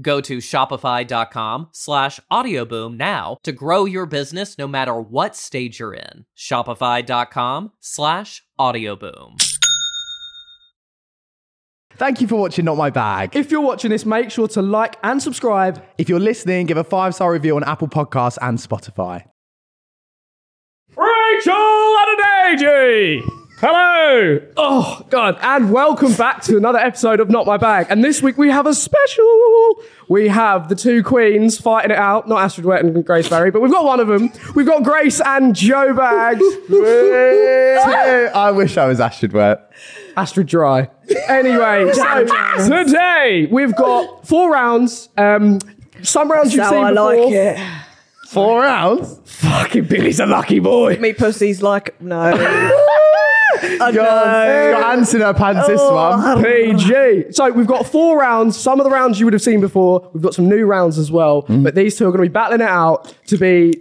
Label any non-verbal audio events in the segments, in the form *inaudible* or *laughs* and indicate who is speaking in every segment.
Speaker 1: Go to shopify.com slash audioboom now to grow your business no matter what stage you're in. Shopify.com slash audioboom.
Speaker 2: Thank you for watching Not My Bag.
Speaker 3: If you're watching this, make sure to like and subscribe.
Speaker 2: If you're listening, give a five star review on Apple Podcasts and Spotify.
Speaker 3: Rachel Adeniji! Hello! Oh, God. And welcome back to another episode of Not My Bag. And this week we have a special. We have the two queens fighting it out. Not Astrid Wet and Grace Barry, but we've got one of them. We've got Grace and Joe
Speaker 4: *laughs*
Speaker 3: Bags.
Speaker 2: *laughs* I wish I was Ashford Wet.
Speaker 3: Astrid Dry. Anyway, so today we've got four rounds. Um, some rounds you've
Speaker 4: Now
Speaker 3: seen
Speaker 4: I
Speaker 3: before.
Speaker 4: like it.
Speaker 2: Four rounds?
Speaker 3: Fucking Billy's a lucky boy.
Speaker 4: Me pussy's like
Speaker 2: *laughs*
Speaker 4: no.
Speaker 2: Got, got ants in her pants this one.
Speaker 3: PG. So we've got four rounds. Some of the rounds you would have seen before. We've got some new rounds as well.
Speaker 2: Mm-hmm.
Speaker 3: But these two are going to be battling it out to be.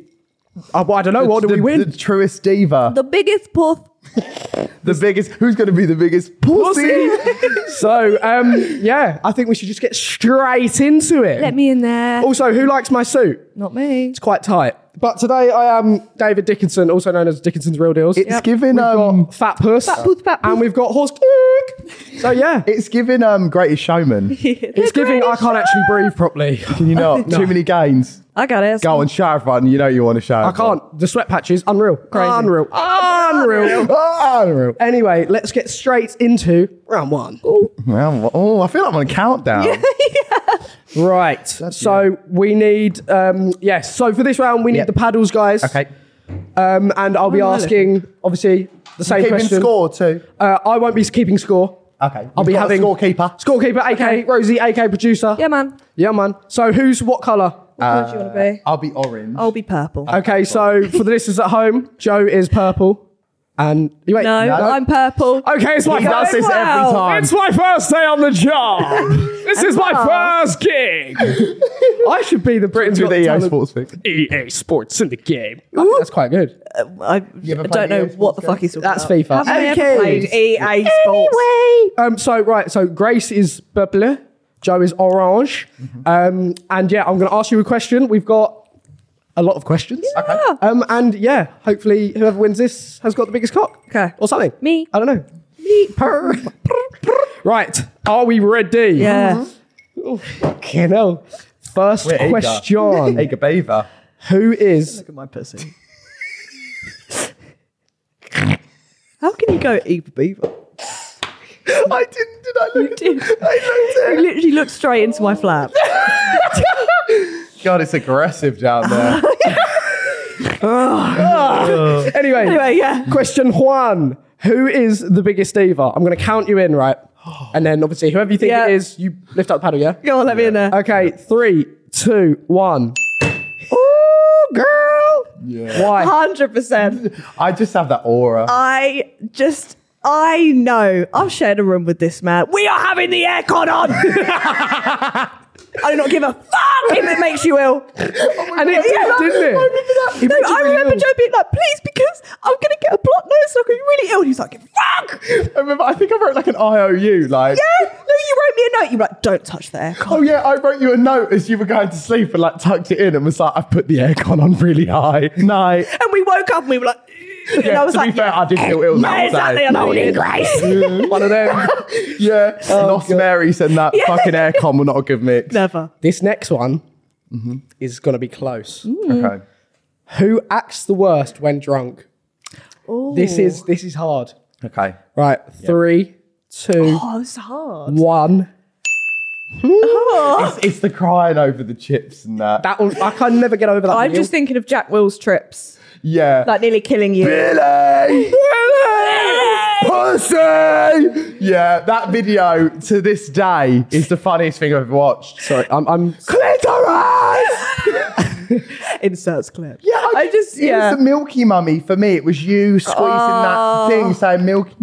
Speaker 3: I, I don't know. What do
Speaker 2: the,
Speaker 3: we
Speaker 2: The
Speaker 3: win?
Speaker 2: truest diva.
Speaker 4: the biggest puff.
Speaker 2: The, biggest. Who's going to be the biggest pussy?
Speaker 3: *laughs* so um, yeah, I think we should just get straight into it.
Speaker 4: Let me in there.
Speaker 3: also, who likes my suit?
Speaker 4: Not me.
Speaker 3: Oh, It's quite tight. But today I am David Dickinson, also known as Dickinson's Real Deals.
Speaker 2: It's giving
Speaker 3: We've
Speaker 2: um.
Speaker 3: got fat puss,
Speaker 4: Fat Puss, Fat
Speaker 3: and
Speaker 4: Puss.
Speaker 3: we've got horse. so yeah,
Speaker 2: It's giving um. Greatest *laughs* Showman.
Speaker 3: it's giving. I can't actually breathe properly.
Speaker 2: Can you
Speaker 3: *laughs*
Speaker 2: not? Too many gains.
Speaker 4: I got it.
Speaker 2: Go on, shower fun. You know you want to shower. *laughs*
Speaker 3: I can't. The sweat patches, unreal, unreal, unreal.
Speaker 2: Oh, unreal.
Speaker 3: Anyway, let's get straight into round one.
Speaker 2: Well, oh, I feel like I'm on a *laughs* countdown.
Speaker 3: Right. so we need, um, yes. So for this round, we need
Speaker 2: Yep.
Speaker 3: the paddles, guys.
Speaker 2: Okay.
Speaker 3: Um, and I'll be
Speaker 4: Oh, really?
Speaker 3: asking, obviously, the same
Speaker 2: Keeping
Speaker 3: question.
Speaker 2: score too.
Speaker 3: Uh, I won't be keeping score.
Speaker 2: Okay.
Speaker 3: I'll
Speaker 2: We've
Speaker 3: be
Speaker 2: got a
Speaker 3: having
Speaker 2: scorekeeper.
Speaker 3: Scorekeeper, AK Rosie, AK producer.
Speaker 4: Yeah, man.
Speaker 3: Yeah, man. So who's what color?
Speaker 4: What colour do you want to be?
Speaker 2: I'll be orange.
Speaker 4: I'll be purple.
Speaker 3: Okay. So for the listeners at home, Joe is purple, and you wait.
Speaker 4: Uh, no, I'm purple.
Speaker 3: Okay, it's my
Speaker 2: He does
Speaker 3: first.
Speaker 2: this every
Speaker 4: Wow.
Speaker 2: time.
Speaker 3: It's my first day on the
Speaker 4: *laughs*
Speaker 3: job. this is my first gig. I should be the Britain's
Speaker 2: with
Speaker 3: Got
Speaker 2: the EA
Speaker 3: Talent
Speaker 2: Sports thing.
Speaker 4: E
Speaker 3: EA Sports in the game. I think that's quite good.
Speaker 4: I,
Speaker 2: ever
Speaker 4: I
Speaker 2: played
Speaker 4: don't know
Speaker 2: EA
Speaker 4: what the
Speaker 2: Sports
Speaker 4: fuck he's talking
Speaker 3: That's
Speaker 4: about.
Speaker 3: FIFA.
Speaker 4: Have I
Speaker 3: Okay.
Speaker 4: ever played EA Sports?
Speaker 3: Um, so right, so Grace is purple, Joe is orange,
Speaker 4: Mm-hmm.
Speaker 3: um, and yeah, I'm going to ask you a question. We've got a lot of questions.
Speaker 4: Ah!
Speaker 3: Okay. Um, and yeah, hopefully whoever wins this has got the biggest cock.
Speaker 4: Okay.
Speaker 3: Or something.
Speaker 4: Me.
Speaker 3: I don't know.
Speaker 4: Me.
Speaker 3: *laughs* Right. Are we ready?
Speaker 4: Yeah.
Speaker 3: Fucking hell. First
Speaker 2: We're eager.
Speaker 3: question.
Speaker 2: Egg beaver.
Speaker 3: Who is
Speaker 4: Look at my pussy. How can you go Eber Beaver?
Speaker 2: I didn't. Did I look? at-
Speaker 4: did.
Speaker 2: I
Speaker 4: You
Speaker 2: looked at
Speaker 4: literally looked straight into
Speaker 2: *laughs*
Speaker 4: my flap.
Speaker 2: God, it's aggressive down *laughs* there.
Speaker 3: anyway?
Speaker 4: Anyway, yeah.
Speaker 3: Question one. Who is the biggest diva? I'm going to count you in, right? And then obviously, whoever you think
Speaker 4: Yeah.
Speaker 3: it is, you lift up the paddle, yeah?
Speaker 4: Go on, let me in there.
Speaker 3: Okay, three, two, one. Ooh, girl.
Speaker 2: Yeah.
Speaker 3: Why?
Speaker 4: 100%.
Speaker 2: I just have that aura.
Speaker 4: I just, I
Speaker 2: *laughs*
Speaker 4: know. I've shared a room with this man. We are having the aircon on. I do not give a fuck if it makes you ill.
Speaker 3: And it did, didn't it? It made
Speaker 4: No,
Speaker 3: you
Speaker 4: I
Speaker 3: really
Speaker 4: remember
Speaker 3: ill.
Speaker 4: Joe being like, please, because I'm going to get a blocked nose, so I'm really ill. And he's like, fuck!
Speaker 2: I remember. I think I wrote like an IOU. Like,
Speaker 4: Yeah, no, you wrote me a note. You were like, don't touch the aircon.
Speaker 2: oh yeah, I wrote you a note as you were going to sleep and like tucked it in and was like, I've put the aircon on really high. *laughs* Night.
Speaker 4: And we woke up and we were like, and
Speaker 2: Yeah,
Speaker 4: I was
Speaker 2: to
Speaker 4: like,
Speaker 2: be fair, I did feel ill. that
Speaker 4: yeah, exactly,
Speaker 2: day.
Speaker 4: an
Speaker 2: *laughs*
Speaker 4: holy grace.
Speaker 3: One of them.
Speaker 2: Yeah, Lost Mary said *laughs* that
Speaker 4: Yeah.
Speaker 2: fucking aircon will not a good mix.
Speaker 4: Never.
Speaker 3: This next one is going to be close.
Speaker 2: Okay.
Speaker 3: Who acts the worst when drunk? This is this is hard.
Speaker 2: Okay.
Speaker 3: Right, three, two,
Speaker 4: Oh, it's hard.
Speaker 3: one.
Speaker 2: It's, it's the crying over the chips and that.
Speaker 3: That one, I can never get over that.
Speaker 4: I'm
Speaker 3: Neil.
Speaker 4: just thinking of Jack Will's trips,
Speaker 2: yeah.
Speaker 4: like nearly killing you.
Speaker 2: Billy! Pussy! Yeah, that video to this day is the funniest thing I've ever watched.
Speaker 3: sorry. I'm, I'm
Speaker 2: Clitoris!
Speaker 4: *laughs* Inserts clip.
Speaker 2: Yeah, I,
Speaker 4: *laughs* I just,
Speaker 2: it
Speaker 4: yeah.
Speaker 2: was the Milky Mummy for me. It was you squeezing that thing saying Milky.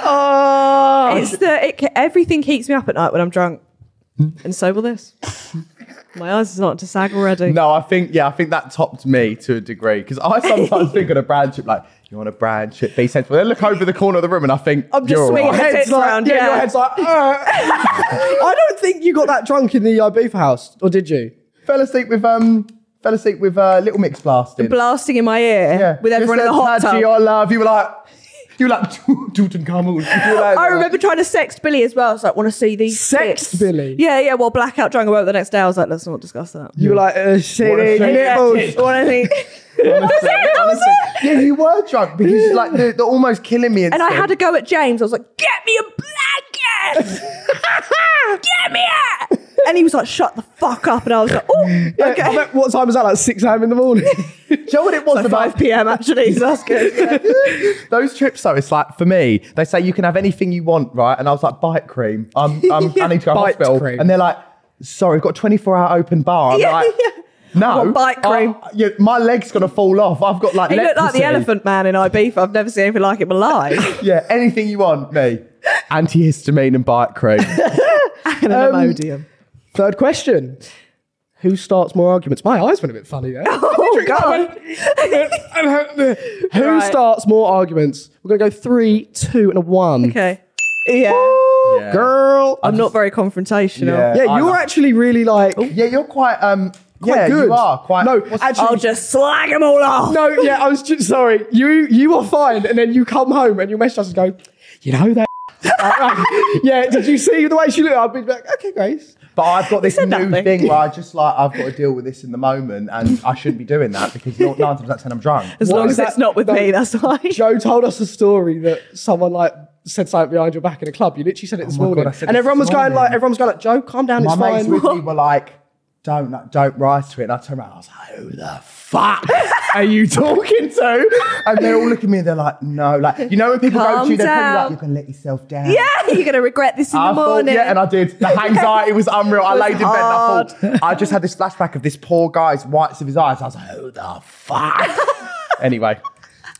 Speaker 4: Oh, it's the it, ca- everything keeps me up at night when I'm drunk, and so will this. My eyes are starting to sag already.
Speaker 2: No, I think yeah, I think that topped me to a degree because I sometimes think on a brand trip like you want a brand trip, be sensible. Then look over the corner of the room and I think
Speaker 4: I'm just
Speaker 2: you're all
Speaker 4: swinging
Speaker 2: right.
Speaker 4: my tits
Speaker 3: like,
Speaker 4: round,
Speaker 3: yeah, your
Speaker 4: yeah.
Speaker 3: head's like. "Uh." *laughs* I don't think you got that drunk in the Ibiza house, or did you?
Speaker 2: Fell asleep with um, fell asleep with uh, little mix blasting.
Speaker 4: *laughs* Blasting in my ear
Speaker 2: Yeah.
Speaker 4: with everyone in the hot
Speaker 2: Just said,
Speaker 4: tub.
Speaker 2: "Tadji, I love you. Were like, you were like *laughs* Tutankhamun. You were like- *laughs*
Speaker 4: I remember trying to sext Billy as well. I was like, want to see these
Speaker 3: Sext
Speaker 4: tits.
Speaker 3: Billy?
Speaker 4: Yeah, yeah. Well, blackout drunk. I woke up the next day. I was like, let's not discuss that.
Speaker 3: You were like, uh, shitty
Speaker 2: thing.
Speaker 4: Yeah,
Speaker 3: nipples.
Speaker 4: what I think. That's it, *laughs* that was it.
Speaker 2: Yeah, you were drunk because like they're, they're almost killing me.
Speaker 4: And I had a go at James. I was like, get me a
Speaker 2: *laughs*
Speaker 4: blanket! get me it! And he was like, shut the fuck up. And I was like, oh,
Speaker 3: Yeah, I
Speaker 4: okay.
Speaker 3: bet- what time was that? Like 6 a.m. in the morning. *laughs*
Speaker 2: Do you know what it was
Speaker 4: *laughs*
Speaker 2: about
Speaker 4: 5 p.m. actually, so that's
Speaker 2: *laughs*
Speaker 4: good. Yeah.
Speaker 2: those trips though? It's like for me, they say you can have anything you want, right? And I was like, bite cream.
Speaker 4: *laughs*
Speaker 2: Um, um, I need to go to
Speaker 3: Bite
Speaker 2: hospital.
Speaker 3: cream.
Speaker 2: And they're like, sorry, we've got 24 hour open bar. I'm
Speaker 4: Yeah,
Speaker 2: like,
Speaker 4: yeah.
Speaker 2: no,
Speaker 4: What, bite
Speaker 2: I-
Speaker 4: cream?
Speaker 2: yeah, my leg's gonna fall off. I've got like.
Speaker 4: He looked like the
Speaker 2: leprosy.
Speaker 4: elephant man in Ibiza. I've never seen anything like it in my life. *laughs*
Speaker 2: Yeah, anything you want, me. Antihistamine and bite cream.
Speaker 4: and
Speaker 2: Um,
Speaker 4: an Imodium.
Speaker 3: Third question. Who starts more arguments? My eyes went a bit funny there.
Speaker 4: *laughs* Oh, *laughs* God.
Speaker 3: uh, Who
Speaker 4: Right.
Speaker 3: starts more arguments? We're going to go three, two, and a one.
Speaker 4: Okay. Yeah.
Speaker 2: Yeah.
Speaker 3: Girl.
Speaker 4: I'm not very confrontational.
Speaker 2: Yeah.
Speaker 3: yeah,
Speaker 2: I
Speaker 3: you're
Speaker 2: know.
Speaker 3: actually really like.
Speaker 2: Yeah, you're quite um quite
Speaker 3: yeah,
Speaker 2: good.
Speaker 3: good.
Speaker 2: You are quite
Speaker 3: No,
Speaker 2: what's-
Speaker 3: actually.
Speaker 4: I'll just slag them all off.
Speaker 3: no, yeah, I was just sorry. You you are fine, and then you come home and you message us and go, you know that. *laughs* yeah, did you see the way she looked? I'd be like, okay, Grace.
Speaker 2: but I've got this
Speaker 4: said
Speaker 2: new
Speaker 4: nothing.
Speaker 2: thing where I just like I've got to deal with this in the moment, and I shouldn't be doing that because not, nine times out of ten I'm drunk.
Speaker 4: as
Speaker 3: What
Speaker 4: long
Speaker 3: is
Speaker 4: as
Speaker 3: that?
Speaker 4: it's not with
Speaker 3: No.
Speaker 4: me, *laughs* that's why.
Speaker 3: Joe told us a story that someone like said something behind your back in a club. You literally said it this
Speaker 2: Oh my
Speaker 3: morning,
Speaker 2: God, I said
Speaker 3: and
Speaker 2: this
Speaker 3: everyone was going
Speaker 2: morning.
Speaker 3: like, everyone was going like, Joe, calm down,
Speaker 2: My
Speaker 3: it's
Speaker 2: mates
Speaker 3: fine.
Speaker 2: with me were like, "Don't like, don't rise to it," and I turned around, I was like, "Who the fuck *laughs* are you talking to?" And they're all looking at me, and they're like, "No," like you know when people go
Speaker 4: Calm
Speaker 2: to you, they're probably
Speaker 4: down.
Speaker 2: like, "You can let yourself down."
Speaker 4: yeah, you're going to regret this in
Speaker 2: I
Speaker 4: the
Speaker 2: thought,
Speaker 4: morning.
Speaker 2: yeah, and I did.
Speaker 4: *laughs*
Speaker 2: The anxiety was unreal. I
Speaker 4: It was
Speaker 2: laid in bed and I thought, I just had this flashback of this poor guy's whites of his eyes. I was like, who the
Speaker 4: *laughs*
Speaker 2: fuck? anyway,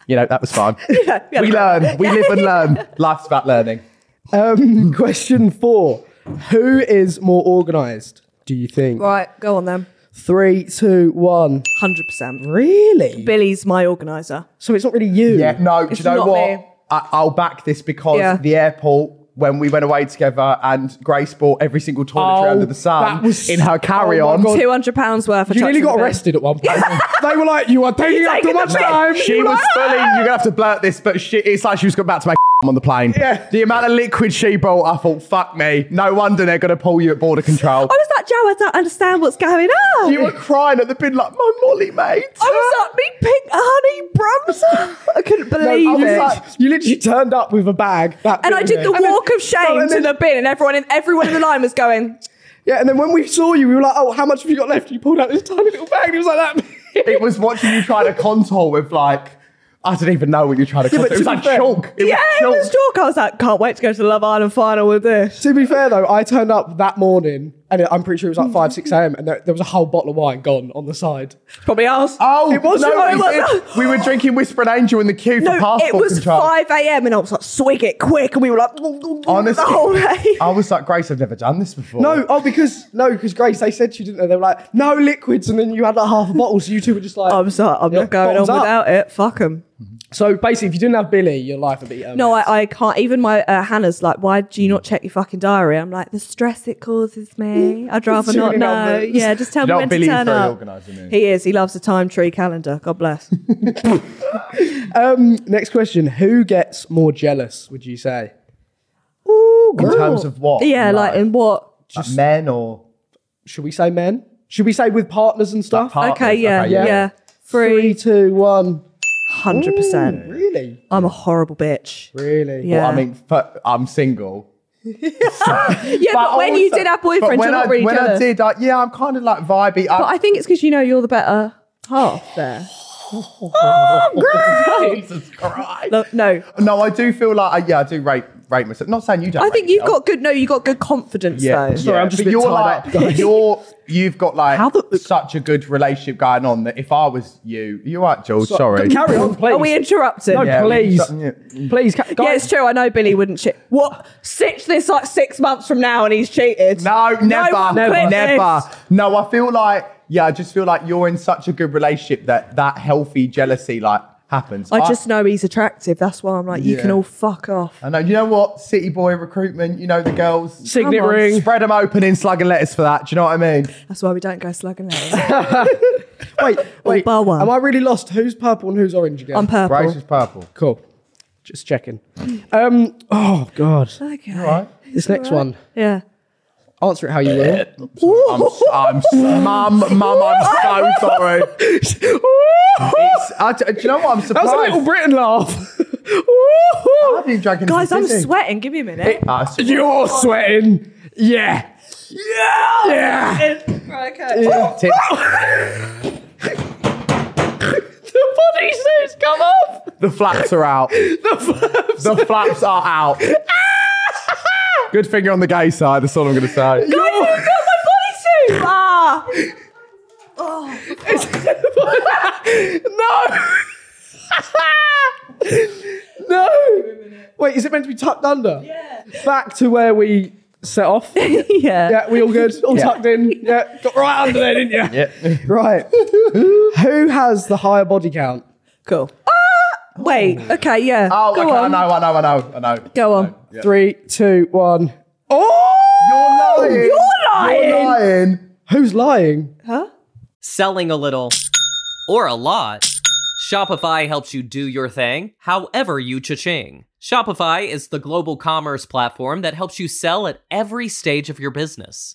Speaker 2: you know, that was fun.
Speaker 4: yeah. *laughs*
Speaker 2: we learn, we live and learn. Life's about learning. *laughs*
Speaker 3: Um, question four: Who is more organised? Do you think?
Speaker 4: Right, go on then.
Speaker 3: Three, two, one.
Speaker 4: 100%.
Speaker 3: Really?
Speaker 4: Billy's my organiser.
Speaker 3: so it's not really you.
Speaker 2: Yeah, no, do
Speaker 4: It's
Speaker 2: you know
Speaker 4: not
Speaker 2: what?
Speaker 4: me.
Speaker 2: I, I'll back this because
Speaker 4: Yeah.
Speaker 2: the airport. When we went away together, and Grace bought every single toiletry
Speaker 3: Oh,
Speaker 2: under the sun
Speaker 3: that was-
Speaker 2: in her
Speaker 3: oh my
Speaker 2: carry-on.
Speaker 3: God.
Speaker 4: £200 worth of
Speaker 3: You nearly
Speaker 4: touching
Speaker 3: got
Speaker 4: the bin.
Speaker 3: arrested at one point. *laughs* they were like, "You are taking up too
Speaker 4: taking the
Speaker 3: much
Speaker 4: piss."
Speaker 3: time."
Speaker 2: She
Speaker 3: You
Speaker 2: was
Speaker 3: like-
Speaker 2: fully. You're gonna have to blurt this, but she, it's like she was about to make *laughs* on the plane.
Speaker 3: Yeah.
Speaker 2: The amount of liquid she brought, I thought, fuck me. No wonder they're gonna pull you at border control.
Speaker 4: I was like, Oh, Joe, I don't understand what's going
Speaker 2: *laughs*
Speaker 4: on.
Speaker 2: you were crying at the bin like, my Molly, mate.
Speaker 4: I was like, me pink honey bronzer. *laughs* I couldn't believe
Speaker 3: I was
Speaker 4: it.
Speaker 3: like, you literally turned up with a bag. that
Speaker 4: and I
Speaker 3: big
Speaker 4: did the
Speaker 3: thing. And then-
Speaker 4: walk of shame
Speaker 3: No, and then-
Speaker 4: to the bin, and everyone in everyone in the line was going.
Speaker 3: Yeah, and then when we saw you, we were like, "Oh, how much have you got left?" You pulled out this *laughs* tiny little bag. And it was like that.
Speaker 2: *laughs*
Speaker 3: *laughs*
Speaker 2: It was watching you try to contour with like, I don't even know what you're trying to
Speaker 3: Yeah,
Speaker 2: contour.
Speaker 3: but
Speaker 2: it was
Speaker 3: to be
Speaker 2: like
Speaker 3: fair-
Speaker 2: chalk. It
Speaker 4: yeah, it
Speaker 2: was
Speaker 4: was
Speaker 2: chalk.
Speaker 4: chalk. I was like, can't wait to go to the Love Island final with this.
Speaker 3: to be fair though, I turned up that morning And I'm pretty sure it was like 5, 6 a.m. And there, there was a whole bottle of wine gone on the side.
Speaker 4: Probably ours.
Speaker 2: Oh,
Speaker 3: It was-
Speaker 2: no,
Speaker 3: no,
Speaker 2: he
Speaker 4: it
Speaker 2: said we were drinking Whispered Angel in the queue for
Speaker 4: No,
Speaker 2: passport
Speaker 4: it was
Speaker 2: control.
Speaker 4: 5 a.m. and I was like, swig it quick. And we were like, Honestly,
Speaker 2: Honestly, Oh.
Speaker 4: the
Speaker 2: *laughs*
Speaker 4: whole day.
Speaker 2: I was like, Grace, I've never done this before.
Speaker 3: No, oh, because, no, because Grace, they said she didn't know. They were like, no liquids. And then you had like half a bottle. So you two were just like.
Speaker 4: I'm sorry, I'm
Speaker 3: Yeah,
Speaker 4: not going on
Speaker 3: bottoms up.
Speaker 4: without it. Fuck them.
Speaker 3: So basically, if you didn't have Billy, your life would be. um, a
Speaker 4: No,
Speaker 3: mess.
Speaker 4: I, I can't. Even my uh, Hannah's like, why do you not check your fucking diary? I'm like, the stress it causes
Speaker 2: *laughs*
Speaker 4: me. I'd rather
Speaker 3: Too
Speaker 4: not
Speaker 3: many
Speaker 4: know.
Speaker 3: numbers.
Speaker 4: Yeah, just tell
Speaker 2: You
Speaker 4: me
Speaker 2: know,
Speaker 4: when
Speaker 2: Billy
Speaker 4: to
Speaker 2: is
Speaker 4: turn
Speaker 2: very
Speaker 4: up.
Speaker 2: organised, isn't he?
Speaker 4: He is. He loves the time tree calendar.
Speaker 2: *laughs*
Speaker 4: God bless.
Speaker 3: Next question: Who gets more jealous? Would you say?
Speaker 4: Ooh,
Speaker 2: In terms of what?
Speaker 4: Yeah, like in what?
Speaker 2: Like men or
Speaker 3: Should we say men? Should we say with partners and stuff?
Speaker 2: Like partners,
Speaker 4: Oh, Okay, yeah,
Speaker 2: okay,
Speaker 4: yeah.
Speaker 2: yeah.
Speaker 3: Three,
Speaker 4: Three
Speaker 3: two, one.
Speaker 4: hundred percent.
Speaker 3: Really?
Speaker 4: I'm a horrible bitch.
Speaker 3: Really?
Speaker 4: Yeah.
Speaker 2: Well, I mean, fu- I'm single.
Speaker 4: Yeah, but, when you
Speaker 2: also-
Speaker 4: did have
Speaker 2: but
Speaker 4: boyfriends,
Speaker 2: when
Speaker 4: you're not
Speaker 2: I,
Speaker 4: really
Speaker 2: when I
Speaker 4: jealous.
Speaker 2: did, I, yeah, I'm kind of like vibey. *laughs*
Speaker 4: But I think it's because you know you're the better half there. oh, girl!
Speaker 2: Jesus Christ.
Speaker 4: No, no.
Speaker 2: No, I do feel like I, yeah, I do rate rate myself. Not saying you don't.
Speaker 4: I think
Speaker 2: rate
Speaker 4: you've
Speaker 2: yourself.
Speaker 4: got good. No, you got good confidence
Speaker 2: Yeah,
Speaker 4: though.
Speaker 3: Sorry, I'm just a
Speaker 2: but
Speaker 3: bit
Speaker 2: you're
Speaker 3: tied
Speaker 2: like
Speaker 3: up, guys.
Speaker 2: you're you've got like
Speaker 4: How the-
Speaker 2: such a good relationship going on that if I was you, you're right, George.
Speaker 3: So-
Speaker 2: sorry.
Speaker 3: Carry on, please.
Speaker 4: Are we interrupted?
Speaker 3: No,
Speaker 2: Yeah,
Speaker 3: please,
Speaker 2: something- yeah.
Speaker 3: please, ca-
Speaker 4: Yeah,
Speaker 3: guys.
Speaker 4: it's true. I know Billy wouldn't cheat. What? Stitch this like six months from now, and he's cheated.
Speaker 2: No, never,
Speaker 4: one
Speaker 2: never,
Speaker 4: quit
Speaker 2: never.
Speaker 4: this.
Speaker 2: No, I feel like yeah, I just feel like you're in such a good relationship that that healthy jealousy like happens.
Speaker 4: I just know he's attractive. That's why I'm like, you
Speaker 2: Yeah.
Speaker 4: can all fuck off.
Speaker 2: I know. You know what? City boy recruitment. You know the girls.
Speaker 3: Signet
Speaker 4: Come on.
Speaker 3: ring.
Speaker 2: Spread them open in slugging letters for that. Do you know what I mean?
Speaker 4: That's why we don't go slugging legs.
Speaker 3: Wait, wait.
Speaker 4: bar one.
Speaker 3: Am I really lost? Who's purple and who's orange again?
Speaker 4: I'm purple.
Speaker 2: Grace is purple.
Speaker 3: Cool. Just checking. Um. Oh God.
Speaker 4: Okay.
Speaker 2: Right.
Speaker 3: This next one.
Speaker 4: Yeah.
Speaker 3: Answer it how you will.
Speaker 2: *laughs* I'm, I'm, mum, mum, I'm
Speaker 4: *laughs*
Speaker 2: so sorry. It's, I, do you know what? I'm
Speaker 3: that
Speaker 2: surprised.
Speaker 3: was a little Britain laugh. *laughs*
Speaker 2: I've been dragging
Speaker 4: Guys,
Speaker 2: this
Speaker 4: I'm
Speaker 2: busy.
Speaker 4: sweating. Give me a minute.
Speaker 2: Ah, it's-
Speaker 3: You're sweating. Yeah. Yeah. Yeah.
Speaker 4: Right, okay.
Speaker 2: Tits.
Speaker 3: The body suits come off.
Speaker 2: The flaps are out.
Speaker 3: The flaps.
Speaker 2: The flaps are out. Good finger on the gay side. That's all I'm going to say.
Speaker 4: Guys, you got my bodysuit! *laughs*
Speaker 2: *laughs*
Speaker 4: Ah!
Speaker 3: no. no. Wait, is it meant to be tucked under? Yeah. Back to where we set off.
Speaker 4: yeah.
Speaker 3: yeah, we all good. All
Speaker 2: Yeah.
Speaker 3: tucked in. Yeah. Got right under there, didn't you?
Speaker 2: Yeah.
Speaker 3: *laughs* Right. Who has the higher body count?
Speaker 4: Cool. Ah! Wait. Okay, yeah.
Speaker 2: Oh,
Speaker 4: Go
Speaker 2: okay.
Speaker 4: on.
Speaker 2: I know, I know, I know, I know.
Speaker 4: Go on.
Speaker 2: Yeah.
Speaker 3: Three, two, one. Oh!
Speaker 2: You're lying.
Speaker 4: lying.
Speaker 2: You're lying.
Speaker 3: Who's lying?
Speaker 4: Huh?
Speaker 1: selling a little or a lot. Shopify helps you do your thing, however you cha-ching. Shopify is the global commerce platform that helps you sell at every stage of your business.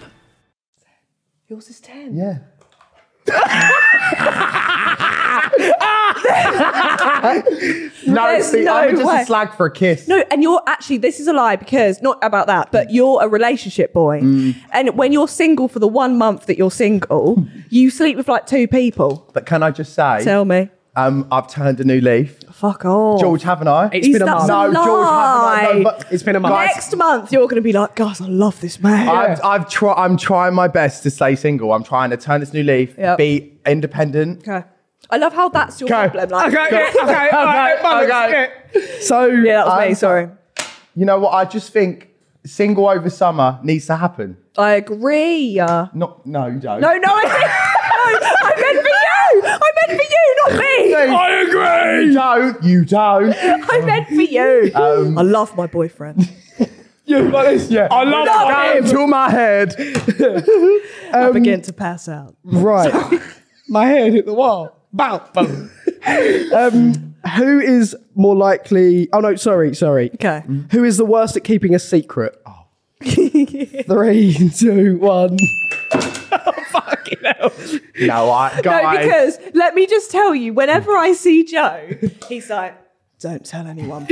Speaker 4: Yours is 10.
Speaker 2: Yeah. *laughs* no,
Speaker 4: There's
Speaker 2: see, I'm
Speaker 4: no
Speaker 2: just
Speaker 4: way.
Speaker 2: a slag for a kiss.
Speaker 4: No, and you're actually, this is a lie because, not about that, but you're a relationship boy.
Speaker 2: Mm.
Speaker 4: And when you're single for the one month that you're single,
Speaker 2: Hmm.
Speaker 4: you sleep with like two people.
Speaker 2: But can I just say,
Speaker 4: Tell me.
Speaker 2: um, I've turned a new leaf.
Speaker 4: Fuck off.
Speaker 2: George, haven't I?
Speaker 3: It's been a
Speaker 4: That's
Speaker 3: month.
Speaker 2: no, George, haven't I? No,
Speaker 4: lie.
Speaker 2: but
Speaker 3: It's been a month.
Speaker 2: Guys,
Speaker 4: Next month, you're going to be like, guys, I love this man.
Speaker 2: I've, I've try, I'm trying my best to stay single. I'm trying to turn this new leaf,
Speaker 4: Yep.
Speaker 2: be independent.
Speaker 4: okay. I love how that's your
Speaker 2: Okay.
Speaker 4: problem. Like,
Speaker 3: Okay, okay, *laughs* okay, all right,
Speaker 2: Okay,
Speaker 3: Mum,
Speaker 2: okay.
Speaker 3: yeah. So
Speaker 4: *laughs* Yeah, that was me.
Speaker 2: I'm-
Speaker 4: Sorry.
Speaker 2: You know what? I just think single over summer needs to happen.
Speaker 4: I agree. Uh,
Speaker 2: Not, no, you don't.
Speaker 4: no, no, I meant, no, I meant for you. I meant for you, not
Speaker 3: *laughs*
Speaker 4: me.
Speaker 2: No,
Speaker 3: I agree.
Speaker 2: you don't. You don't.
Speaker 4: I meant for you.
Speaker 3: Um,
Speaker 4: I love my boyfriend.
Speaker 2: you like this? Yeah.
Speaker 3: I love
Speaker 2: Down
Speaker 3: him.
Speaker 2: to my head.
Speaker 3: um,
Speaker 4: I begin to pass out. *laughs*
Speaker 3: Right. *laughs* My head hit the wall. Bow. boom. *laughs* um, who is more likely? Oh no, sorry, sorry.
Speaker 4: Okay.
Speaker 3: Who is the worst at keeping a secret? Oh. *laughs* Three, two, one. oh, fucking hell.
Speaker 2: No, I,
Speaker 4: No,
Speaker 2: guys.
Speaker 4: because let me just tell you, whenever I see Joe, he's like, don't
Speaker 3: *laughs*
Speaker 4: tell anyone.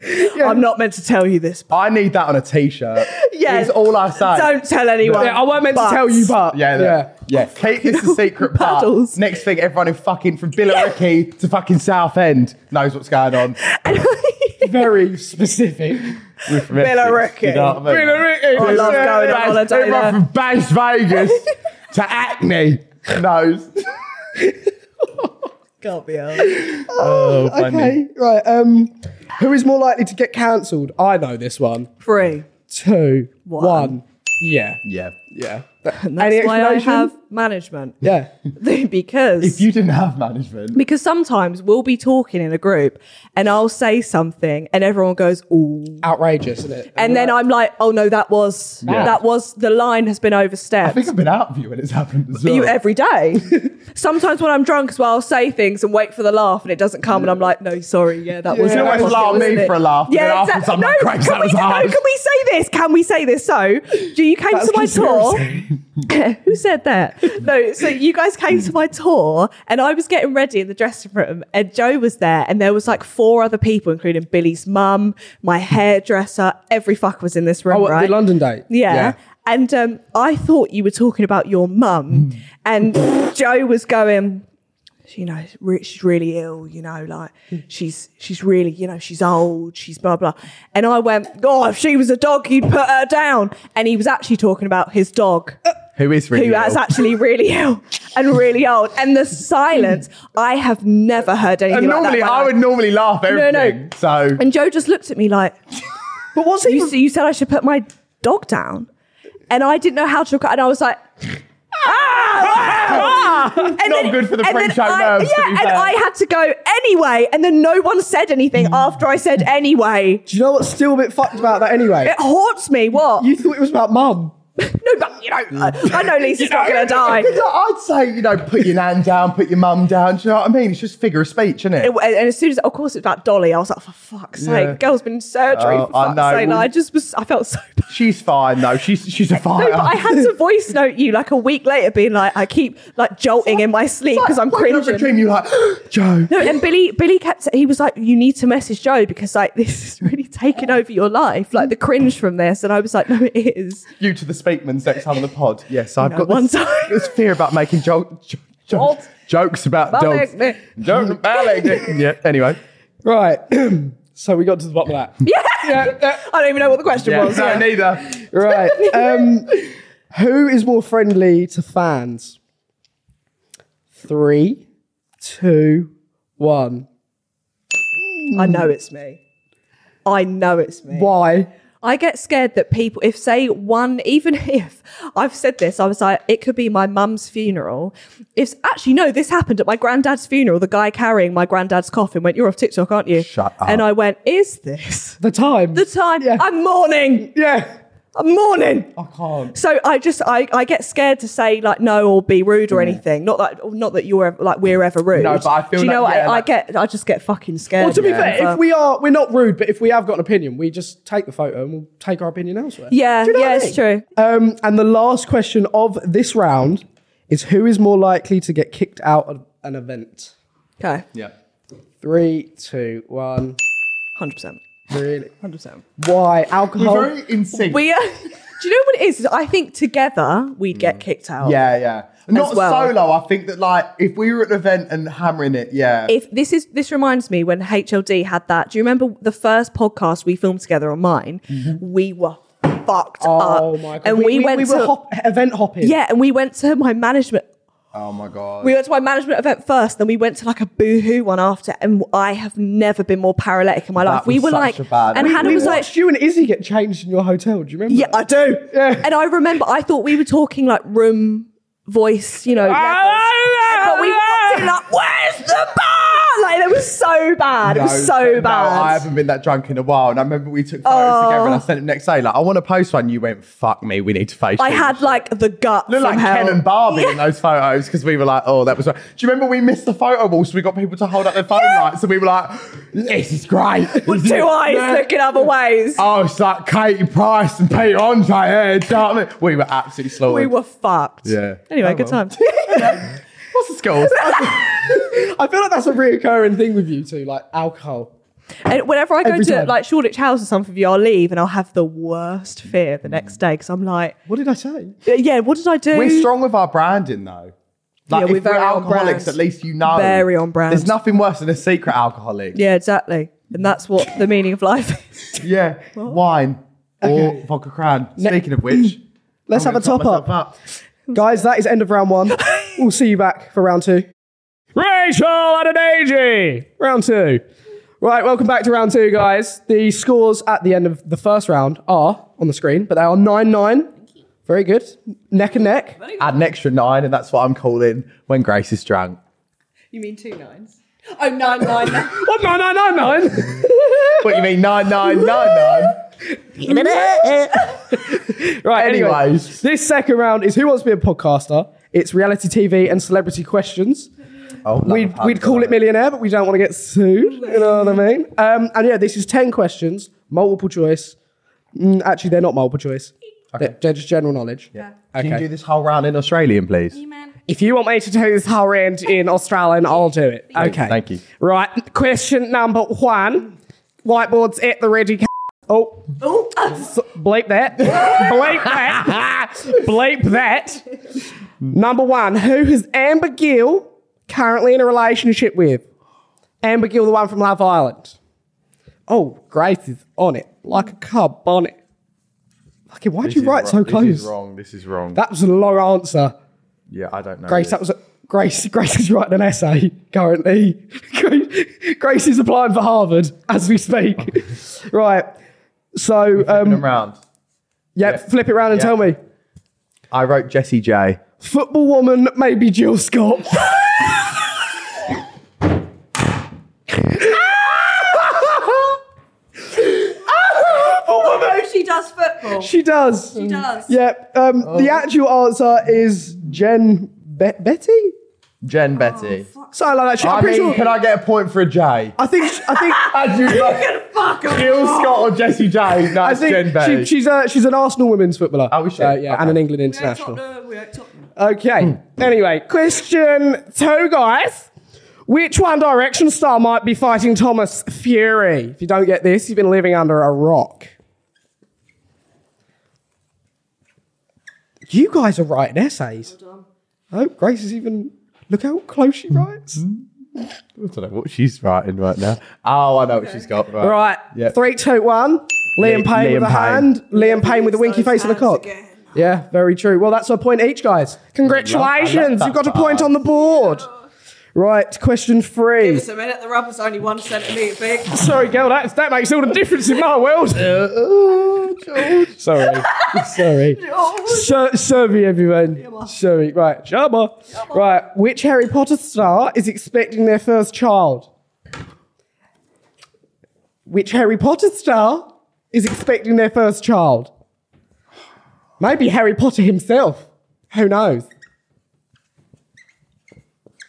Speaker 4: I'm not meant to tell you this. But
Speaker 2: I need that on a t-shirt.
Speaker 4: yeah,
Speaker 2: It's all I say.
Speaker 4: Don't tell anyone.
Speaker 3: Yeah, I weren't meant to tell you,
Speaker 4: *laughs*
Speaker 3: but
Speaker 2: yeah, yeah, yeah. Keep this a secret part.
Speaker 4: Puddles.
Speaker 2: Next thing, everyone in fucking from Billericay to fucking Southend knows what's going on.
Speaker 3: very specific.
Speaker 2: with
Speaker 4: Billericay.
Speaker 2: You know what I mean?
Speaker 3: Billericay. I love
Speaker 4: going on holiday
Speaker 2: Everyone
Speaker 4: there.
Speaker 2: from Bass Vegas *laughs* to Acne knows.
Speaker 4: Can't be honest.
Speaker 2: Oh,
Speaker 3: Okay, right. Um, who is more likely to get cancelled? I know this one.
Speaker 4: Free.
Speaker 3: Two,
Speaker 4: One.
Speaker 3: one. Yeah,
Speaker 2: Yeah.
Speaker 3: yeah.
Speaker 4: And that's
Speaker 3: Any
Speaker 4: why I
Speaker 3: explanation?
Speaker 4: have management. *laughs*
Speaker 3: Yeah.
Speaker 4: because
Speaker 2: If you didn't have management,
Speaker 4: because sometimes we'll be talking in a group and I'll say something and everyone goes, ooh.
Speaker 3: Outrageous, isn't it?
Speaker 4: And then I'm like, oh no, that was
Speaker 2: Yeah.
Speaker 4: that was the line has been
Speaker 2: I think
Speaker 4: overstepped.
Speaker 2: I've been out of you when it's happened as well.
Speaker 4: You every day. *laughs* Sometimes when I'm drunk as well, I'll say things and wait for the laugh and it doesn't come and I'm like, no, sorry, yeah, that was
Speaker 2: You always
Speaker 4: that was it,
Speaker 2: laugh me
Speaker 4: wasn't it?
Speaker 2: for a laugh, and then
Speaker 4: Yeah,
Speaker 2: afterwards I'm
Speaker 4: exactly. No,
Speaker 2: *laughs* like, "Craigs,
Speaker 4: can
Speaker 2: that
Speaker 4: we,
Speaker 2: was
Speaker 4: no,
Speaker 2: hard."
Speaker 4: can we say this? Can we say this? So, do you
Speaker 2: *laughs*
Speaker 4: came to my tour? *laughs* Who said that? No, so you guys came to my tour and I was getting ready in the dressing room and Joe was there and there was like four other people, including Billy's mum, my hairdresser, every fuck was in this room,
Speaker 3: Oh, what,
Speaker 4: right?
Speaker 3: the London date.
Speaker 4: Yeah. And um, I thought you were talking about your mum
Speaker 2: Hmm.
Speaker 4: and Joe was going, you know, re- she's really ill, you know, like
Speaker 2: Hmm.
Speaker 4: she's she's really, you know, she's old, she's blah blah. And I went, God, if she was a dog, you'd put her down. And he was actually talking about his dog
Speaker 2: Who is really
Speaker 4: who is
Speaker 2: ill?
Speaker 4: actually really ill and really old. And
Speaker 2: *laughs*
Speaker 4: the silence, I have never heard anything
Speaker 2: And
Speaker 4: like
Speaker 2: normally,
Speaker 4: that. in my
Speaker 2: I would
Speaker 4: life.
Speaker 2: normally laugh at
Speaker 4: No, no.
Speaker 2: everything. So
Speaker 4: And Joe just looked at me like,
Speaker 3: But what's
Speaker 4: you,
Speaker 3: even
Speaker 4: s- you said I should put my dog down. And I didn't know how to, and I
Speaker 2: *laughs*
Speaker 4: was like, ah, ah, ah. And
Speaker 2: Not good for the
Speaker 4: and
Speaker 2: French
Speaker 4: then
Speaker 2: home
Speaker 4: I-
Speaker 2: nerves, to
Speaker 4: Yeah,
Speaker 2: be
Speaker 4: and
Speaker 2: fair.
Speaker 4: I had to go anyway, and then no one said anything
Speaker 2: Mm.
Speaker 4: after I said anyway.
Speaker 3: Do you know what's still a bit fucked about that anyway?
Speaker 4: *laughs* It haunts me. What?
Speaker 3: You thought it was about mum.
Speaker 4: no, but you know, uh, I, I know Lisa's not going
Speaker 2: *laughs*
Speaker 4: to die.
Speaker 2: Because I'd say, you know, put your nan down, put your mum down. Do you know what I mean? It's just figure of speech, isn't it?
Speaker 4: It- and as soon as, of course, it's about Dolly. I was like, for fuck's sake,
Speaker 2: Yeah.
Speaker 4: girl's been in surgery.
Speaker 2: Oh,
Speaker 4: for
Speaker 2: I
Speaker 4: fuck's
Speaker 2: know.
Speaker 4: sake.
Speaker 2: Well-
Speaker 4: I just was, I felt so
Speaker 2: *laughs*
Speaker 4: bad.
Speaker 2: she's fine though. She's she's a fire.
Speaker 4: No, but I had
Speaker 2: *laughs*
Speaker 4: to voice note you like a week later, being like, I keep like jolting in my sleep because I'm
Speaker 2: Waking up from a
Speaker 4: cringing.
Speaker 2: Dream, you're like, *gasps* Joe.
Speaker 4: No, and Billy, Billy kept. He was like, "You need to message Joe because like this is really taking over your life, like the cringe from this." And I was like, "No, it is."
Speaker 2: you to the Speakmans next time on the pod. Yes, I've
Speaker 4: No,
Speaker 2: got
Speaker 4: one
Speaker 2: this,
Speaker 4: time.
Speaker 2: this fear about making jo- jo-
Speaker 4: *laughs*
Speaker 2: jo-
Speaker 4: Jolts.
Speaker 2: jokes about dogs.
Speaker 4: Ballet. *laughs*
Speaker 2: Jokes about ballet. *laughs* yeah. Anyway,
Speaker 3: Right. *clears throat* so we got to the bottom of that.
Speaker 4: Yeah, I don't even know what the question
Speaker 2: yeah,
Speaker 4: was.
Speaker 2: no,
Speaker 4: yeah.
Speaker 2: neither.
Speaker 3: Right. Um, who is more friendly to fans? Three, two, one.
Speaker 4: I know it's me. I know it's me.
Speaker 3: Why?
Speaker 4: I get scared that people, if say one, even *laughs* if I've said this, I was like, it could be my mum's funeral. If actually, no, this happened at my granddad's funeral. The guy carrying my granddad's coffin went, You're off TikTok, aren't you?
Speaker 2: Shut up.
Speaker 4: And I went, Is this *laughs*
Speaker 3: The time.
Speaker 4: the time?
Speaker 3: Yeah.
Speaker 4: I'm mourning.
Speaker 3: yeah.
Speaker 4: I'm mourning.
Speaker 2: I can't.
Speaker 4: So I just I, I get scared to say like no or be rude or anything. Not that not that you're ever, like we're ever rude.
Speaker 2: No, but I feel
Speaker 4: Do you know
Speaker 2: like,
Speaker 4: what?
Speaker 2: yeah,
Speaker 4: I,
Speaker 2: like-
Speaker 4: I get I just get fucking scared.
Speaker 3: Well, to be
Speaker 4: yeah.
Speaker 3: fair, if we are, we're not rude, but if we have got an opinion, we just take the photo and we'll take our opinion elsewhere.
Speaker 4: yeah
Speaker 3: Do you know what
Speaker 4: yeah
Speaker 3: I
Speaker 4: it's
Speaker 3: mean?
Speaker 4: true.
Speaker 3: Um, and the last question of this round is who is more likely to get kicked out of an event?
Speaker 4: Okay,
Speaker 2: Yeah.
Speaker 3: Three, two, one.
Speaker 4: hundred percent,
Speaker 3: Really?
Speaker 4: hundred percent.
Speaker 3: Why?
Speaker 2: We're
Speaker 3: Alcohol?
Speaker 2: very in sync.
Speaker 4: We are. Do you know what it is? Is I think together we'd get kicked out.
Speaker 2: yeah, yeah. Not
Speaker 4: well.
Speaker 2: solo. I think that like if we were at an event and hammering it, yeah.
Speaker 4: If this is this reminds me when HLD had that. Do you remember the first podcast we filmed together on mine? We were fucked up.
Speaker 3: oh my god.
Speaker 4: Uh, And we, went
Speaker 3: we
Speaker 4: to
Speaker 3: were hop- event hopping.
Speaker 4: yeah, and we went to my management
Speaker 2: oh my god.
Speaker 4: We went to my management event first, then we went to like a boohoo one after, and I have never been more paralytic in my life. we
Speaker 2: was
Speaker 4: were
Speaker 2: such
Speaker 4: like,
Speaker 2: a bad
Speaker 4: and
Speaker 2: one.
Speaker 4: Hannah
Speaker 3: We
Speaker 4: was like,
Speaker 3: watched you and Izzy get changed in your hotel. Do you remember?
Speaker 4: yeah,
Speaker 3: that?
Speaker 4: I do.
Speaker 3: *laughs* Yeah.
Speaker 4: And I remember I thought we were talking like room voice, you know, levels. but we walked in like, where's the bar? Like it was so bad. it was
Speaker 2: No,
Speaker 4: so
Speaker 2: no,
Speaker 4: bad. Oh.
Speaker 2: I haven't been that drunk in a while. And I remember we took photos together and I sent it next day, like, I want to post one. You went, fuck me, we need to face
Speaker 4: I
Speaker 2: you."
Speaker 4: had like the gut.
Speaker 2: Look
Speaker 4: from
Speaker 2: like
Speaker 4: hell.
Speaker 2: Ken and Barbie in those photos because we were like, oh, that was right. Do you remember we missed the photo wall? So we got people to hold up their phone lights. So we were like, this is great.
Speaker 4: *laughs* With
Speaker 2: *laughs*
Speaker 4: two eyes
Speaker 2: Yeah.
Speaker 4: looking other ways.
Speaker 2: Oh, it's like Katie Price and Peter Andre. Yeah, do you know what I mean? We were absolutely slaughtered.
Speaker 4: we were fucked.
Speaker 2: Yeah. Oh,
Speaker 4: Anyway, good time.
Speaker 2: *laughs* What's the
Speaker 4: *laughs*
Speaker 2: scores?
Speaker 3: I feel like that's a reoccurring thing with you two, like alcohol.
Speaker 4: And whenever I go
Speaker 3: Every
Speaker 4: to
Speaker 3: time.
Speaker 4: like Shoreditch House or something for you, I'll leave and I'll have the worst fear the next day because I'm like, "Uh,
Speaker 3: What did I say?
Speaker 4: yeah, what did I do?
Speaker 2: We're strong with our branding though. Like
Speaker 4: Yeah,
Speaker 2: if
Speaker 4: we're
Speaker 2: we're,
Speaker 4: very on
Speaker 2: alcoholics,
Speaker 4: brand.
Speaker 2: at least you know.
Speaker 4: Very on brand.
Speaker 2: There's nothing worse than a secret alcoholic.
Speaker 4: Yeah, exactly. And that's what the meaning of life is.
Speaker 2: Yeah. Wine or vodka cran. Speaking of *clears throat* which,
Speaker 3: Let's
Speaker 2: I'm
Speaker 3: have a
Speaker 2: gonna
Speaker 3: top up.
Speaker 2: myself up.
Speaker 3: Guys, that is end of round *laughs* one. we'll see you back for round two. Rachel and Adaji! Round two. Right, welcome back to round two, guys. The scores at the end of the first round are on the screen, but they are 9 9. Very good. Neck and neck.
Speaker 2: Add an extra nine, and that's what I'm calling when Grace is drunk.
Speaker 4: You mean two nines? *laughs* Oh, nine, nine, nine.
Speaker 3: What? 9 9 9 *laughs* 9?
Speaker 2: What you mean nine nine nine *laughs* nine?
Speaker 3: Right, anyway,
Speaker 2: Anyways.
Speaker 3: This second round is Who Wants to Be a Podcaster? It's reality TV and celebrity questions.
Speaker 2: Oh,
Speaker 3: We'd, we'd call it millionaire, but we don't want to get sued. You know what I mean? Um, and yeah, this is 10 questions, multiple choice. Mm, actually, they're not multiple choice. They're, they're just general knowledge. Yeah.
Speaker 2: Can you
Speaker 3: Okay.
Speaker 2: do this whole round in Australian, please?
Speaker 3: if you want me to do this whole round in Australian, I'll do it. Okay.
Speaker 2: Thank you.
Speaker 3: Right. Question number one. Whiteboards at the ready. Oh. S- bleep that. *laughs* bleep that. *laughs* bleep that. Number one. Who is Amber Gill currently in a relationship with? Amber Gill, the one from Love Island. Oh, Grace is on it like a cub on it. Fucking, why'd you write so close?
Speaker 2: This is wrong. This is wrong.
Speaker 3: That was a low answer.
Speaker 2: yeah, I don't know.
Speaker 3: Grace, that was a, Grace. Grace is writing an essay currently. *laughs* Grace, Grace is applying for Harvard as we speak. *laughs* right. So, um,
Speaker 2: round.
Speaker 3: yeah,
Speaker 2: Yeah.
Speaker 3: flip it round and
Speaker 2: Yeah.
Speaker 3: tell me.
Speaker 2: I wrote Jesse J.
Speaker 3: Football woman, maybe Jill Scott. *laughs*
Speaker 4: she does football.
Speaker 3: she does. She
Speaker 4: does.
Speaker 3: Yep. Um,
Speaker 2: Oh.
Speaker 3: The actual answer is Jen Be- Betty.
Speaker 2: Jen Betty.
Speaker 3: Something like that. She, Oh,
Speaker 2: I
Speaker 3: I'm
Speaker 2: mean,
Speaker 3: pretty sure.
Speaker 2: can I get a point for a J?
Speaker 3: I think. sh- I think.
Speaker 2: As you can fuck Jill Scott or Jesse J. No,
Speaker 3: I
Speaker 2: it's Jen
Speaker 3: think
Speaker 2: Betty.
Speaker 3: she, she's a, she's an Arsenal women's footballer.
Speaker 2: Oh, is she?
Speaker 3: Uh, yeah, and
Speaker 2: Okay.
Speaker 3: an England international. Okay. Anyway, question two, guys. Which One Direction star might be fighting Thomas Fury? If you don't get this, you've been living under a rock. You guys are writing essays. Oh, Grace is even. Look how close she writes.
Speaker 2: I don't know what she's writing right now. Oh, I know what she's got. Right.
Speaker 3: All right.
Speaker 2: Yep.
Speaker 3: Three, two, one. Liam
Speaker 2: Li-
Speaker 3: Payne with
Speaker 2: Liam
Speaker 3: a
Speaker 2: Payne.
Speaker 3: hand. Liam Payne with a winky face and a
Speaker 4: hands
Speaker 3: cock.
Speaker 4: again.
Speaker 3: Yeah, very true. Well, that's a point each, guys. Congratulations.
Speaker 2: that
Speaker 3: You've got a
Speaker 2: part.
Speaker 3: point on the board. Right, question three.
Speaker 4: a minute, the rubber's only one centimetre
Speaker 2: *laughs*
Speaker 4: big.
Speaker 3: Sorry, girl, that, that makes all the difference in my
Speaker 4: *laughs*
Speaker 3: world.
Speaker 4: Uh, oh,
Speaker 3: Sorry. Sorry. So, sorry, everyone. Sorry. Right, Jabba. Right, which Harry Potter star is expecting their first child? Which Harry Potter star is expecting their first child? Maybe Harry Potter himself. Who knows?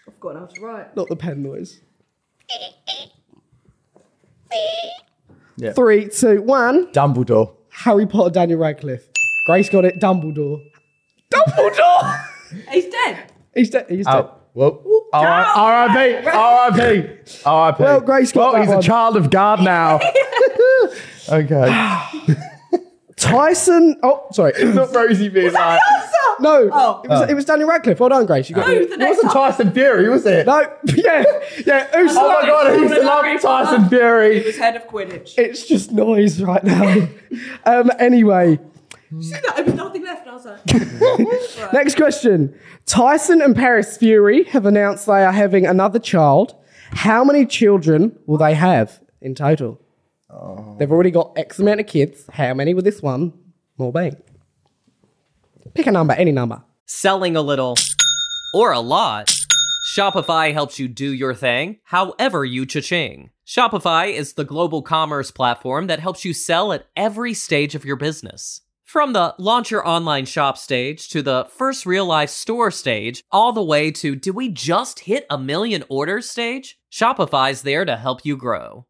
Speaker 4: I've got enough to write.
Speaker 3: Not the pen noise.
Speaker 2: Yeah.
Speaker 3: Three, two, one.
Speaker 2: Dumbledore.
Speaker 3: Harry Potter, Daniel Radcliffe. Grace got it. Dumbledore. Dumbledore.
Speaker 4: He's dead.
Speaker 3: he's dead. He's dead.
Speaker 2: Oh, well, R.I.P. R.I.P. R.I.P.
Speaker 3: Well, Grace got
Speaker 2: Well,
Speaker 3: that
Speaker 2: he's
Speaker 3: one.
Speaker 2: a child of God
Speaker 3: *laughs*
Speaker 2: now. okay.
Speaker 3: Tyson. Oh, sorry.
Speaker 2: Not Rosie being like.
Speaker 3: No,
Speaker 4: *coughs* Oh.
Speaker 3: it, was, it was Daniel Radcliffe. Well done, Grace. You got
Speaker 4: No,
Speaker 3: it.
Speaker 4: the
Speaker 2: It
Speaker 4: next
Speaker 2: wasn't
Speaker 4: one.
Speaker 2: Tyson Fury, was it?
Speaker 3: No, *laughs* yeah, yeah. Who's
Speaker 2: Oh my god, I used to
Speaker 4: Tyson
Speaker 2: love
Speaker 4: Fury.
Speaker 2: Tyson Fury.
Speaker 4: was head of Quidditch.
Speaker 3: It's just noise right now. *laughs* um, anyway,
Speaker 4: There was nothing left, and I was like,
Speaker 3: next question. Tyson and Paris Fury have announced they are having another child. How many children will they have in total? They've already got X amount of kids. How many will this one more be? Pick a number, any number.
Speaker 1: selling a little or a lot. Shopify helps you do your thing, however you cha-ching. Shopify is the global commerce platform that helps you sell at every stage of your business. From the launch your online shop stage to the first real life store stage, all the way to did we just hit a million orders stage? Shopify's there to help you grow.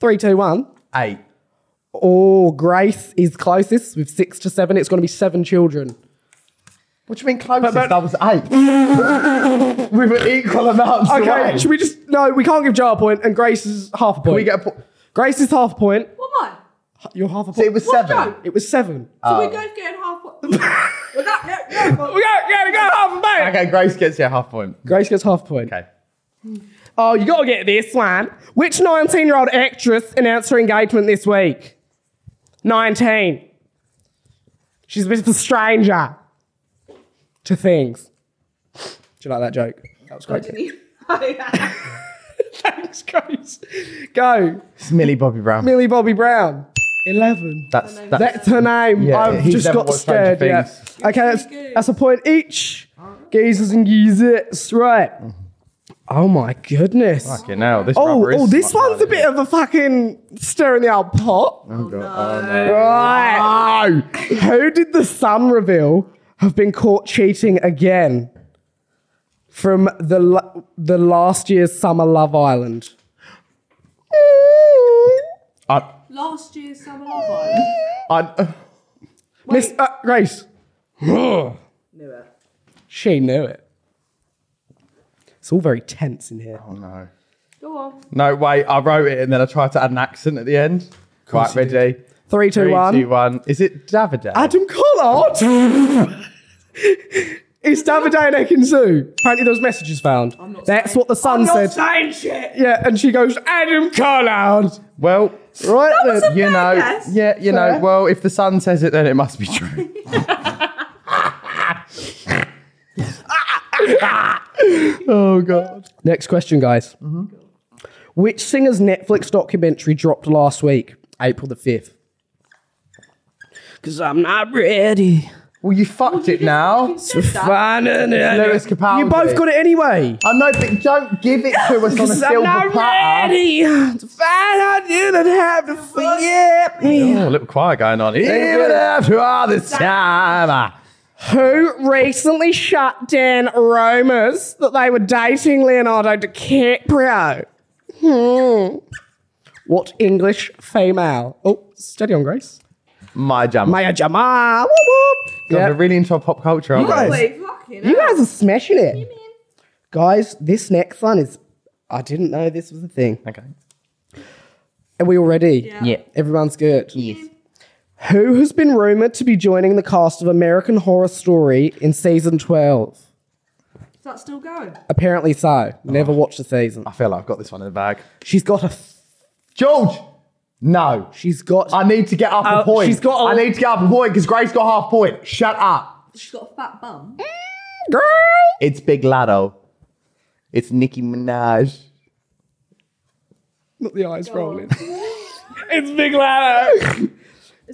Speaker 3: Three, two, one.
Speaker 2: Eight.
Speaker 3: Oh, Grace is closest with six to seven. It's going to be seven children.
Speaker 2: What do you mean closest?
Speaker 3: But- but-
Speaker 2: that was eight. *laughs* we were equal amounts
Speaker 3: Okay,
Speaker 2: away.
Speaker 3: should we just? No, we can't give Jar a point, and Grace is half a point.
Speaker 2: we get a point?
Speaker 3: Grace is half a point.
Speaker 4: what am I?
Speaker 3: You're half a
Speaker 2: So
Speaker 3: point.
Speaker 2: it was seven.
Speaker 3: It was seven.
Speaker 4: So
Speaker 2: Um.
Speaker 4: we're both getting half.
Speaker 2: *laughs*
Speaker 4: We're not, no, no, but-
Speaker 3: We got, yeah, we got half a point.
Speaker 2: Okay, Grace gets you a half point.
Speaker 3: Grace gets half a point.
Speaker 2: Okay.
Speaker 3: Oh, you gotta get this one. Which 19-year-old actress announced her engagement this week? 19. She's a bit of a stranger to things. Do you like that joke? That was great. *laughs* Thanks, Grace. Go,
Speaker 2: It's Millie Bobby Brown.
Speaker 3: Millie Bobby Brown. 11.
Speaker 2: That's, that's,
Speaker 3: That's her name.
Speaker 2: Yeah,
Speaker 3: I've
Speaker 2: he's
Speaker 3: just
Speaker 2: never
Speaker 3: got
Speaker 2: watched Stranger
Speaker 3: scared. Yeah.
Speaker 2: Things.
Speaker 3: Okay, that's, that's a point each. Geezers and geezers, right? Oh my goodness.
Speaker 2: fucking hell. This
Speaker 3: Oh,
Speaker 2: rubber is
Speaker 3: oh, this
Speaker 2: smart,
Speaker 3: one's a
Speaker 2: isn't
Speaker 3: bit
Speaker 2: it?
Speaker 3: of a fucking stir in the old pot.
Speaker 2: Oh, God. Oh, no.
Speaker 3: Right. Who did the sun reveal have been caught cheating again from the l- the last year's Summer Love Island?
Speaker 2: Mm. I,
Speaker 4: Last year's Summer Love Island.
Speaker 2: I,
Speaker 3: Miss uh, Grace.
Speaker 4: Knew it.
Speaker 3: She knew it. It's all very tense in here.
Speaker 2: oh, no.
Speaker 4: Go on.
Speaker 2: No, wait. I wrote it and then I tried to add an accent at the end. Quite
Speaker 3: you did.
Speaker 2: ready.
Speaker 3: Three, two,
Speaker 2: Three,
Speaker 3: one.
Speaker 2: two, one. Is it Davide?
Speaker 3: Adam Collard. *laughs* it's Daviday and Ekinsu. Apparently, those messages found. That's what the Sun said.
Speaker 4: saying shit.
Speaker 3: Yeah, and she goes, Adam Collard.
Speaker 2: well,
Speaker 3: Right
Speaker 4: That was
Speaker 3: then.
Speaker 4: a
Speaker 2: you
Speaker 4: fair
Speaker 2: know,
Speaker 4: guess.
Speaker 2: yeah, you know.
Speaker 3: Fair.
Speaker 2: Well, if the sun says it, then it must be true. *laughs* Oh god.
Speaker 3: Next question, guys. Which singer's Netflix documentary dropped last week, April the 5th? Because I'm not ready.
Speaker 2: Well, you fucked it now.
Speaker 3: to find an
Speaker 2: Lewis Capaldi.
Speaker 3: You both got it anyway.
Speaker 2: I know, but don't give it to us on a
Speaker 3: Because
Speaker 2: silver
Speaker 3: I'm not
Speaker 2: platter.
Speaker 3: ready to find out you don't have to forget me.
Speaker 2: Oh, a little choir going on. Even after all this time. ah.
Speaker 3: Who recently shut down rumors that they were dating Leonardo DiCaprio? Hmm. What English female? Oh, steady on, Grace.
Speaker 2: My jam.
Speaker 3: Maya Jamal. Whoop, whoop.
Speaker 2: God,
Speaker 3: Yeah.
Speaker 2: We're really into our pop culture, aren't
Speaker 3: guys-
Speaker 2: we?
Speaker 3: You guys are smashing it. Guys, this next one is. I didn't know this was a thing.
Speaker 2: Okay.
Speaker 3: Are we all ready?
Speaker 4: Yeah.
Speaker 3: Everyone's good. Yes. Who has been rumored to be joining the cast of American Horror Story in season 12?
Speaker 4: Is that still going?
Speaker 3: Apparently so. Never watched the season.
Speaker 2: I feel like I've got this one in the bag.
Speaker 3: She's got a. F-
Speaker 2: George! No.
Speaker 3: she's got.
Speaker 2: I need to get half
Speaker 3: Uh,
Speaker 2: a point.
Speaker 3: she's got a-
Speaker 2: I need to get half a point because Grace got half point. Shut up.
Speaker 4: She's got a fat bum.
Speaker 3: Girl!
Speaker 2: It's Big Lotto. It's Nicki Minaj.
Speaker 3: Not the eyes rolling.
Speaker 4: *laughs*
Speaker 3: it's Big Lano.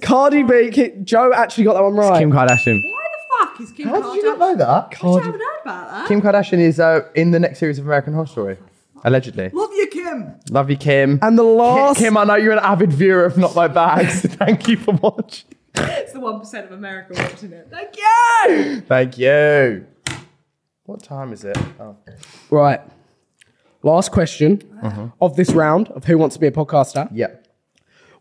Speaker 3: Cardi B. Ki- Joe actually got that one right.
Speaker 2: Kim Kardashian.
Speaker 4: Why the fuck is Kim
Speaker 2: How did you not know that?
Speaker 4: I haven't heard about that.
Speaker 2: Kim Kardashian is uh, in the next series of American Horror Story. Allegedly.
Speaker 4: Love you, Kim.
Speaker 2: Love you, Kim.
Speaker 3: and the last.
Speaker 2: Kim, I know you're an avid viewer of Not My Bags. *laughs* Thank you for watching.
Speaker 4: It's the one percent of America watching it. Thank you.
Speaker 2: Thank you. What time is it? Oh.
Speaker 3: Right. Last question of this round of Who Wants to Be a Podcaster.
Speaker 2: Yeah.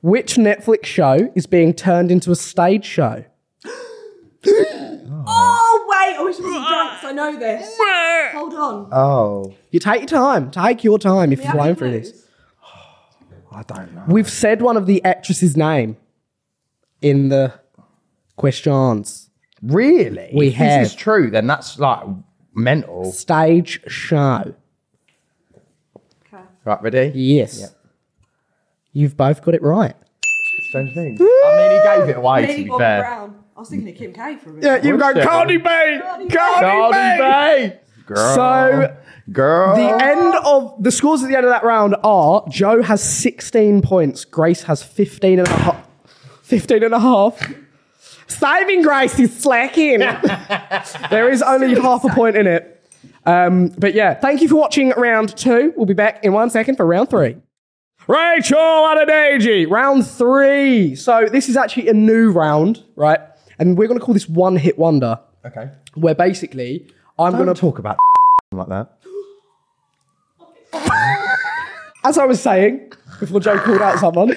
Speaker 3: Which Netflix show is being turned into a stage show?
Speaker 4: Oh wait, I wish I wasn't drunk. 'cause I know this. Hold on.
Speaker 2: Oh.
Speaker 3: You take your time. Take your time if you're flying through this.
Speaker 2: I don't know.
Speaker 3: We've said one of the actresses' name in the questions.
Speaker 2: Really?
Speaker 3: We
Speaker 2: if
Speaker 3: have.
Speaker 2: This is true, then that's like mental.
Speaker 3: Stage show.
Speaker 2: Right, ready?
Speaker 3: Yes. You've both got it right.
Speaker 2: Strange things. I mean, he gave it away, to
Speaker 4: Lady
Speaker 2: be
Speaker 4: Bob
Speaker 2: fair.
Speaker 4: Brown. I was thinking of Kim K for a minute.
Speaker 3: you
Speaker 2: go, Cardi
Speaker 3: Bay!
Speaker 2: Cardi B! Girl.
Speaker 3: So,
Speaker 2: girl.
Speaker 3: The end of the scores at the end of that round are Joe has 16 points, Grace has 15 and a half. 15 and a half. Saving Grace is slacking. there is only half a point in it. Um, but yeah, thank you for watching round two. We'll be back in one second for round three. Rachel Adedeji, round three. So this is actually a new round, right? And we're going to call this one hit wonder,
Speaker 2: okay.
Speaker 3: where basically I'm
Speaker 2: I'm
Speaker 3: going
Speaker 2: going to
Speaker 3: to
Speaker 2: talk about *laughs* like that.
Speaker 3: as I was saying before Joe called out someone,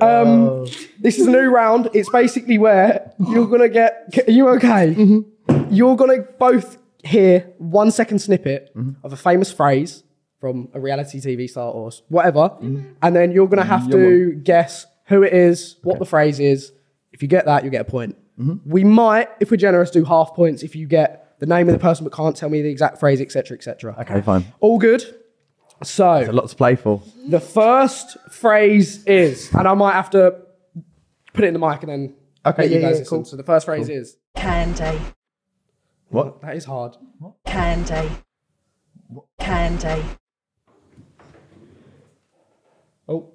Speaker 3: um, this is a new round. It's basically where you're gonna get. Are you okay? You're gonna both hear one second snippet of a famous phrase from a reality TV star or s- whatever, and then you're gonna have to guess who it is, what the phrase is. If you get that, you get a point. We might, if we're generous, do half points if you get the name of the person but can't tell me the exact phrase, etc., etc.
Speaker 2: Okay, fine.
Speaker 3: All good. So
Speaker 2: A lot to play for.
Speaker 3: the first phrase is, and I might have to put it in the mic and then
Speaker 2: Okay,
Speaker 3: let you
Speaker 2: yeah,
Speaker 3: guys
Speaker 2: yeah,
Speaker 3: listen.
Speaker 2: cool.
Speaker 3: So the first phrase is
Speaker 5: Candy,
Speaker 2: What?
Speaker 3: that is hard.
Speaker 5: candy, candy,
Speaker 3: Oh,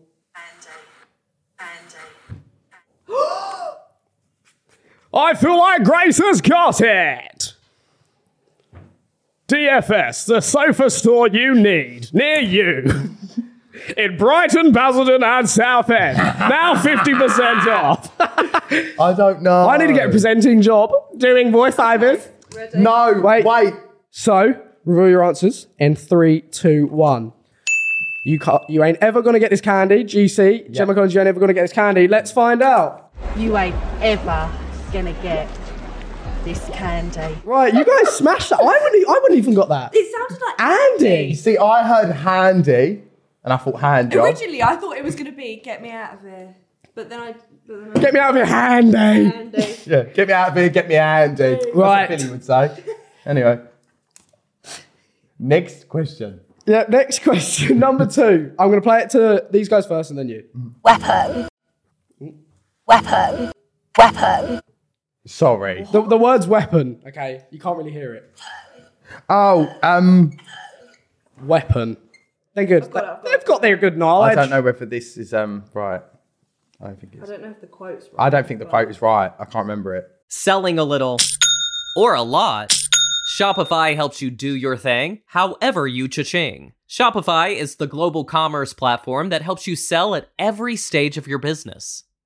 Speaker 3: I feel like Grace has got it. DFS, the sofa store you need near you. *laughs* In Brighton, Basildon, and Southend. Now 50% off.
Speaker 2: I don't know.
Speaker 3: I need to get a presenting job doing voiceovers.
Speaker 2: No, wait.
Speaker 3: Wait.
Speaker 2: Wait.
Speaker 3: So, reveal your answers in three, two, one. You can't, you ain't ever gonna get this candy, GC. Gemma Collins, you ain't ever gonna get this candy. Let's find out.
Speaker 5: You ain't ever gonna get this candy.
Speaker 3: Right, you guys smashed that. I wouldn't, e- I wouldn't even got that.
Speaker 4: It sounded like
Speaker 3: Andy.
Speaker 2: See, I heard handy, and I thought hand job.
Speaker 4: Originally, I thought it was going to be "Get me out of here," but then I. But then I
Speaker 3: Get me out of here, handy.
Speaker 4: Andy.
Speaker 2: Yeah, get me out uh, of here, get me handy. That's what
Speaker 3: Right.
Speaker 2: Billy would say. Anyway. Next question.
Speaker 3: Yeah, next *laughs* question, number two. I'm gonna play it to these guys first and then you.
Speaker 2: Mm.
Speaker 6: Weapon. Weapon. Weapon.
Speaker 2: Sorry.
Speaker 3: The, the word's weapon, okay? You can't really hear it.
Speaker 2: Oh, um,
Speaker 3: Weapon. They're good. They've got their good knowledge.
Speaker 2: I don't know whether this is um right. I don't think it's.
Speaker 4: don't know if the quote's right.
Speaker 2: I don't think the quote is right. I can't remember it.
Speaker 1: selling a little or a lot. Shopify helps you do your thing, however you cha-ching. Shopify is the global commerce platform that helps you sell at every stage of your business.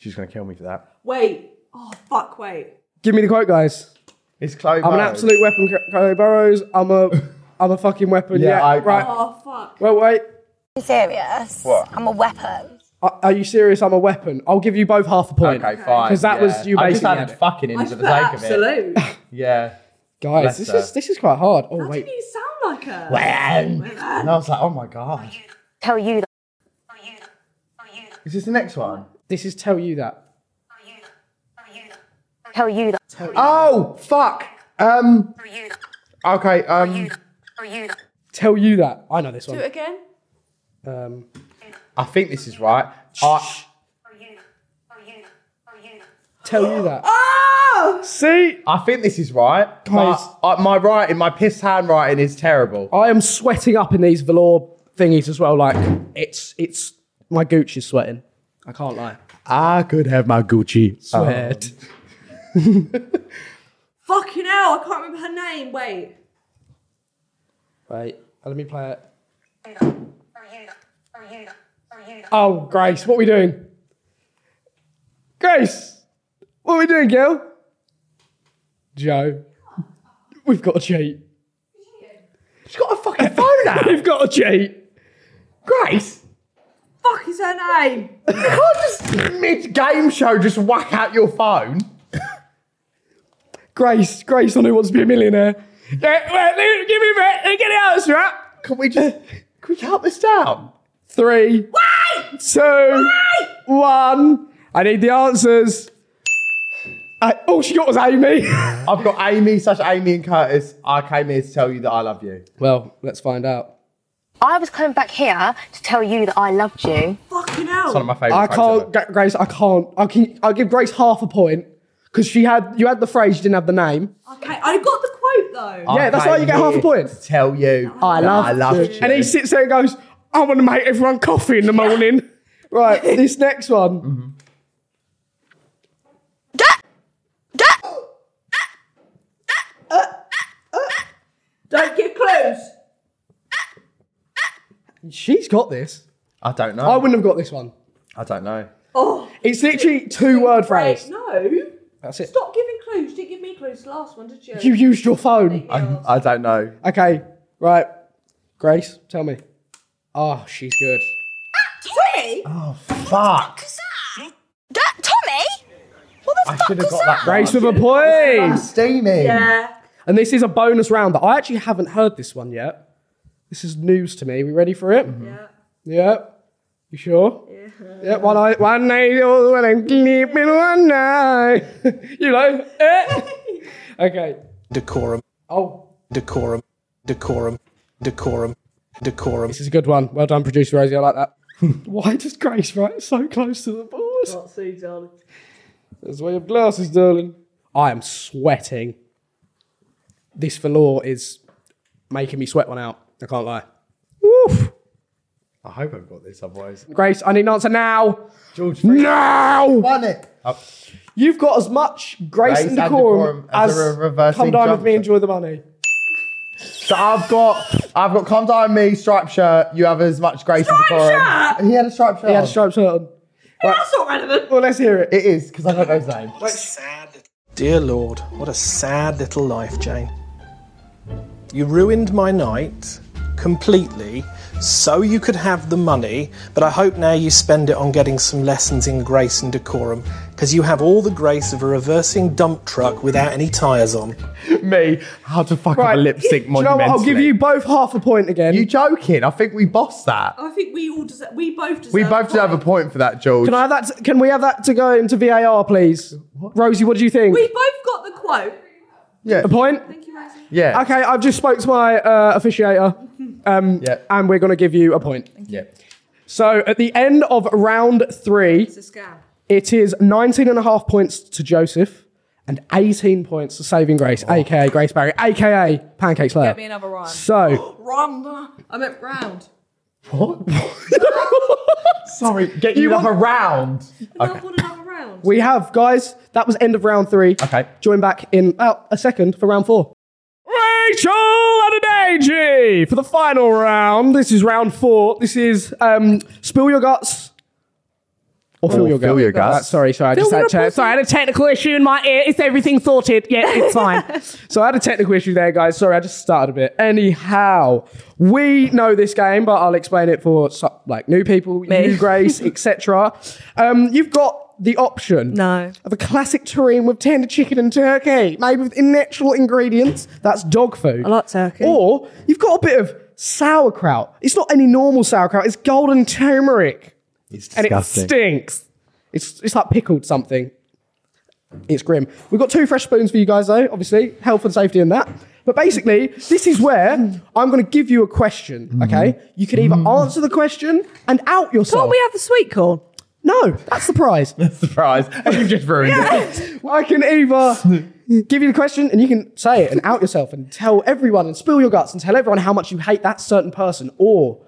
Speaker 2: She's gonna kill me for that.
Speaker 4: Wait. Oh fuck. Wait.
Speaker 3: Give me the quote, guys.
Speaker 2: It's Chloe.
Speaker 3: I'm an
Speaker 2: Burrows.
Speaker 3: absolute weapon, C- Chloe Burrows. I'm a, I'm a fucking weapon.
Speaker 2: Yeah,
Speaker 3: Yeah,
Speaker 2: I-
Speaker 3: right.
Speaker 4: Oh fuck.
Speaker 3: well, wait. Uh,
Speaker 6: You serious?
Speaker 2: What?
Speaker 6: I'm a weapon.
Speaker 3: Are, are you serious? I'm a weapon. I'll give you both half a point.
Speaker 2: Okay, fine.
Speaker 3: Because that
Speaker 2: yeah.
Speaker 3: was you
Speaker 2: I just
Speaker 3: basically.
Speaker 2: added
Speaker 3: had it.
Speaker 2: fucking in for the sake of it.
Speaker 4: Absolute. How
Speaker 2: *laughs* Yeah.
Speaker 3: Guys,
Speaker 2: Bless
Speaker 3: this
Speaker 2: her.
Speaker 3: is this is quite hard. Oh wait.
Speaker 4: did you sound like her?
Speaker 2: and I was like, oh my god.
Speaker 6: Tell you that.
Speaker 2: Is this the next one?
Speaker 3: This is tell you that.
Speaker 6: Tell you that.
Speaker 2: Oh fuck. Um. Okay. Um.
Speaker 3: Tell you that. I know this one.
Speaker 4: Again.
Speaker 3: Um,
Speaker 2: I think this is right. I,
Speaker 3: tell you that.
Speaker 4: *gasps* Oh.
Speaker 3: See,
Speaker 2: I think this is right.
Speaker 3: Guys.
Speaker 2: But, uh, my writing, my piss handwriting is terrible.
Speaker 3: I am sweating up in these velour thingies as well. Like it's it's my gooch is sweating. I can't lie.
Speaker 2: I could have my Gucci.
Speaker 3: Sweat.
Speaker 4: Fucking hell. I can't remember her name. Wait.
Speaker 3: Wait, let me play it. Oh, Grace, what are we doing? Grace, what are we doing, girl? Joe, we've got to cheat.
Speaker 2: She's got a fucking phone now.
Speaker 3: *laughs* We've got to cheat.
Speaker 2: Grace,
Speaker 4: Fuck is her name?
Speaker 2: you can't just mid game show just whack out your phone.
Speaker 3: Grace, Grace on Who Wants to Be a Millionaire. Yeah, wait, give me a minute. Get it out, strap.
Speaker 2: Can we just can we count this down?
Speaker 3: Three, two, one. I need the answers. I- all she got was Amy.
Speaker 2: I've got Amy, such Amy and Curtis. I came here to tell you that I love you.
Speaker 3: *laughs* well, let's find out.
Speaker 6: I was coming back here to tell you that I loved you.
Speaker 4: Fucking
Speaker 2: One of
Speaker 4: hell.
Speaker 2: my favourite.
Speaker 3: I
Speaker 2: quotes
Speaker 3: can't, Gra- Grace. I can't. I can. I'll give Grace half a point because she had. You had the phrase. You didn't have the name.
Speaker 4: Okay. I got the quote though.
Speaker 2: ever.
Speaker 3: yeah, that's
Speaker 2: I
Speaker 3: why you get
Speaker 2: came
Speaker 3: half a
Speaker 2: here
Speaker 3: point.
Speaker 2: to Tell you,
Speaker 3: I love.
Speaker 2: I love you.
Speaker 3: And he sits there and goes, "I want to make everyone coffee in the
Speaker 4: *laughs*
Speaker 3: morning." right. This next one.
Speaker 4: Don't give clues.
Speaker 3: She's got this.
Speaker 2: I don't know.
Speaker 3: I wouldn't have got this one.
Speaker 2: I don't know.
Speaker 4: Oh.
Speaker 3: It's literally two word
Speaker 4: Right.
Speaker 3: phrase.
Speaker 4: No.
Speaker 3: That's it.
Speaker 4: Stop giving clues. You didn't give me clues the last one, did you?
Speaker 3: You used your phone.
Speaker 2: I, I don't know.
Speaker 3: Okay, right. Grace, tell me. Oh, she's good.
Speaker 6: Tommy?
Speaker 2: Fuck.
Speaker 6: Tommy? What
Speaker 2: I should have got that.
Speaker 3: Grace
Speaker 2: right.
Speaker 3: with a point.
Speaker 2: Oh, That's steaming.
Speaker 4: Yeah.
Speaker 3: And this is a bonus round that I actually haven't heard this one yet. This is news to me. We ready for it? Yeah. Yeah. You sure? Yeah. Yeah. One eye, one night, oh, when I'm sleeping one night. *laughs* you know. eh? okay.
Speaker 7: Decorum,
Speaker 3: Oh,
Speaker 7: decorum, decorum, decorum, decorum.
Speaker 3: this is a good one. Well done, producer Rosie. I like that. *laughs* Why does Grace write so close to the board?
Speaker 4: See, darling.
Speaker 3: That's why you have glasses, darling. I am sweating. This velour is making me sweat one out. I can't lie. Woof.
Speaker 2: I hope I've got this, otherwise.
Speaker 3: Grace, I need an answer now.
Speaker 2: George Freeman
Speaker 3: Now!
Speaker 2: won it. Oh,
Speaker 3: You've got as much grace,
Speaker 2: Grace
Speaker 3: and
Speaker 2: and
Speaker 3: decorum,
Speaker 2: decorum
Speaker 3: as,
Speaker 2: as a reversing
Speaker 3: come down with
Speaker 2: jump
Speaker 3: me,
Speaker 2: shot.
Speaker 3: enjoy the money.
Speaker 2: So I've got, I've got. Calm down, me striped shirt. You have as much grace as decorum. He had a striped shirt.
Speaker 3: He had a
Speaker 2: on.
Speaker 3: striped shirt on.
Speaker 4: That's not relevant.
Speaker 3: Well, let's hear it.
Speaker 2: It is because I don't know his name.
Speaker 7: Sad. lit- Dear Lord, what a sad little life, Jane. You ruined my night completely so you could have the money, but I hope now you spend it on getting some lessons in grace and decorum because you have all the grace of a reversing dump truck without any tyres on.
Speaker 2: *laughs* me. How to fuck up a lip sync
Speaker 3: Do you know what? I'll give you both half a point again.
Speaker 2: You joking? I think we bossed that.
Speaker 4: I think we all deserve, we both deserve.
Speaker 2: We both deserve a point for that, George.
Speaker 3: can I have that? To, can we have that to go into VAR, please? Rosie, what do you think?
Speaker 4: We both got the quote.
Speaker 2: yeah.
Speaker 3: a point.
Speaker 4: Thank you, Rosie.
Speaker 2: Yeah.
Speaker 3: Okay, I've just spoke to my uh, officiator,
Speaker 2: Yeah.
Speaker 3: and we're going to give you a point.
Speaker 2: yeah.
Speaker 3: So at the end of round three,
Speaker 4: It's a scam.
Speaker 3: It is 19 and a half points to Joseph and 18 points to Saving Grace,
Speaker 2: Oh.
Speaker 3: aka Grace Barry, aka Pancake Slayer.
Speaker 4: Get me another rhyme.
Speaker 3: So, *laughs*
Speaker 4: Round. I meant round.
Speaker 2: Sorry. Get you,
Speaker 3: You
Speaker 2: another
Speaker 3: want-
Speaker 2: round.
Speaker 4: I want another round.
Speaker 3: we have, guys, that was end of round three.
Speaker 2: Okay.
Speaker 3: Join back in about a second for round four. Rachel Adedeji for the final round. This is round four. This is um, Spill Your Guts. Or fill
Speaker 2: Or
Speaker 3: your,
Speaker 2: Oh, Fill
Speaker 3: Gut.
Speaker 2: Your Guts.
Speaker 3: That's- sorry, sorry. I just had to, sorry, I had a technical issue in my ear. It's everything sorted. Yeah,
Speaker 4: *laughs*
Speaker 3: it's fine. so I had a technical issue there, guys. Sorry, I just started a bit. Anyhow, we know this game, but I'll explain it for su- like new people, you,
Speaker 4: *laughs*
Speaker 3: Grace, etc. Um, you've got the option
Speaker 4: No.
Speaker 3: of a classic terrine with tender chicken and turkey, made with natural ingredients. That's dog food.
Speaker 4: I like turkey.
Speaker 3: Or you've got a bit of sauerkraut. It's not any normal sauerkraut. It's golden turmeric,
Speaker 2: It's
Speaker 3: and it stinks. It's it's like pickled something. It's grim. We've got two fresh spoons for you guys though. Obviously, health and safety and that. But basically, this is where I'm going to give you a question. Okay, you can either answer the question and out yourself.
Speaker 4: Mm-hmm. Can't we have the sweet corn?
Speaker 3: no, that's the prize.
Speaker 2: *laughs* Surprise. *laughs* You've just ruined it.
Speaker 3: I can
Speaker 4: *laughs*
Speaker 3: either give you the question and you can say it and out yourself and tell everyone and spill your guts and tell everyone how much you hate that certain person. Or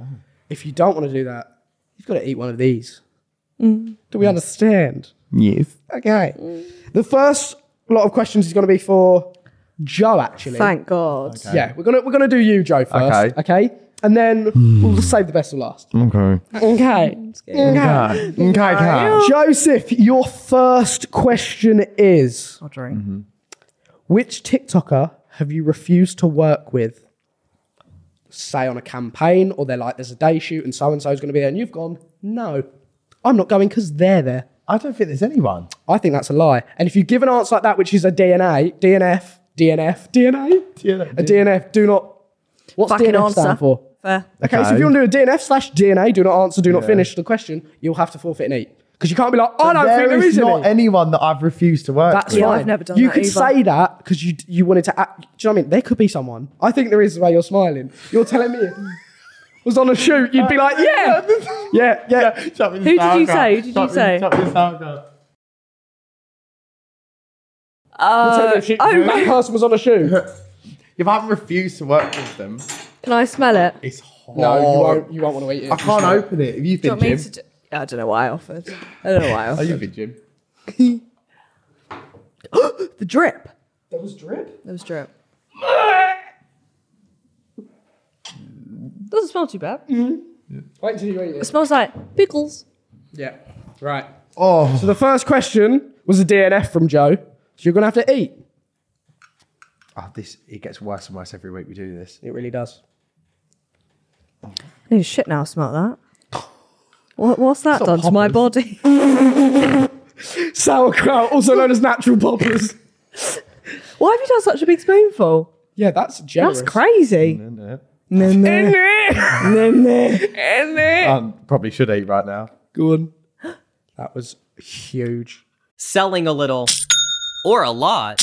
Speaker 3: if you don't want to do that, you've got to eat one of these.
Speaker 4: Mm.
Speaker 3: Do we understand?
Speaker 2: *laughs* Yes.
Speaker 3: Okay. The first lot of questions is going to be for Joe, actually.
Speaker 4: Thank God.
Speaker 3: Yeah, we're gonna we're gonna do you, Joe, first. Okay.
Speaker 2: Okay.
Speaker 3: And then we'll save the best for last.
Speaker 2: Okay.
Speaker 3: Okay. Okay.
Speaker 2: Okay. Okay.
Speaker 3: Joseph, your first question is.
Speaker 4: I'll drink.
Speaker 2: Mm-hmm.
Speaker 3: Which TikToker have you refused to work with? Say on a campaign, or they're like, there's a day shoot and so and so's going to be there, and you've gone, no, I'm not going because they're there.
Speaker 2: I don't think there's anyone.
Speaker 3: I think that's a lie. And if you give an answer like that, which is a DNA, DNF, DNF, DNA,
Speaker 2: DNA.
Speaker 3: a DNF, do not. What's
Speaker 4: Fucking
Speaker 3: DNF
Speaker 4: answer.
Speaker 3: stand for?
Speaker 4: Fair.
Speaker 3: Okay, so if you
Speaker 2: Okay.
Speaker 3: want to do a DNF slash DNA, do not answer, do not finish the question, you'll have to forfeit and eat because you can't be like, I don't think
Speaker 2: there is
Speaker 3: any.
Speaker 2: not anyone that I've refused to work
Speaker 3: That's
Speaker 2: with.
Speaker 4: Yeah,
Speaker 3: fine.
Speaker 4: I've never done
Speaker 3: You
Speaker 4: that
Speaker 3: could
Speaker 4: either.
Speaker 3: say that because you you wanted to act. Do you know what I mean? There could be someone. I think there is the way you're smiling. You're telling me it was on a shoot. You'd be like, *laughs* yeah, yeah, yeah.
Speaker 2: Who
Speaker 4: Who did you say? Who did you say?
Speaker 3: Tell me
Speaker 4: Oh,
Speaker 3: if she-
Speaker 4: oh,
Speaker 3: that person was on a shoot.
Speaker 2: If I haven't refused to work with them,
Speaker 4: can I smell it?
Speaker 2: it's hard.
Speaker 3: *laughs* No, you won't. You won't want to eat it.
Speaker 2: I can't open it. Have you
Speaker 4: Do you
Speaker 2: been,
Speaker 4: want me
Speaker 2: Jim?
Speaker 4: to? Do- I don't know why I offered. I don't know why I
Speaker 2: Have
Speaker 4: offered.
Speaker 2: you been, Jim?
Speaker 4: The drip.
Speaker 3: That was drip.
Speaker 4: It was drip. Doesn't smell too bad. It
Speaker 3: Wait till you eat it.
Speaker 4: smells like pickles.
Speaker 3: Yeah. Right.
Speaker 2: Oh.
Speaker 3: So the first question was a DNF from Joe. So you're gonna have to eat.
Speaker 2: Oh, this it gets worse and worse every week we do this.
Speaker 3: It really does.
Speaker 4: I need a shit now. I smell that. What, what's that done to my body?
Speaker 3: Sauerkraut, also known as natural poppers.
Speaker 4: Why have you done such a big spoonful?
Speaker 3: *laughs* Yeah, that's generous.
Speaker 4: That's crazy. No, no, no, no.
Speaker 2: Um, probably should eat right now.
Speaker 3: Go on. That was huge.
Speaker 1: selling a little or a lot.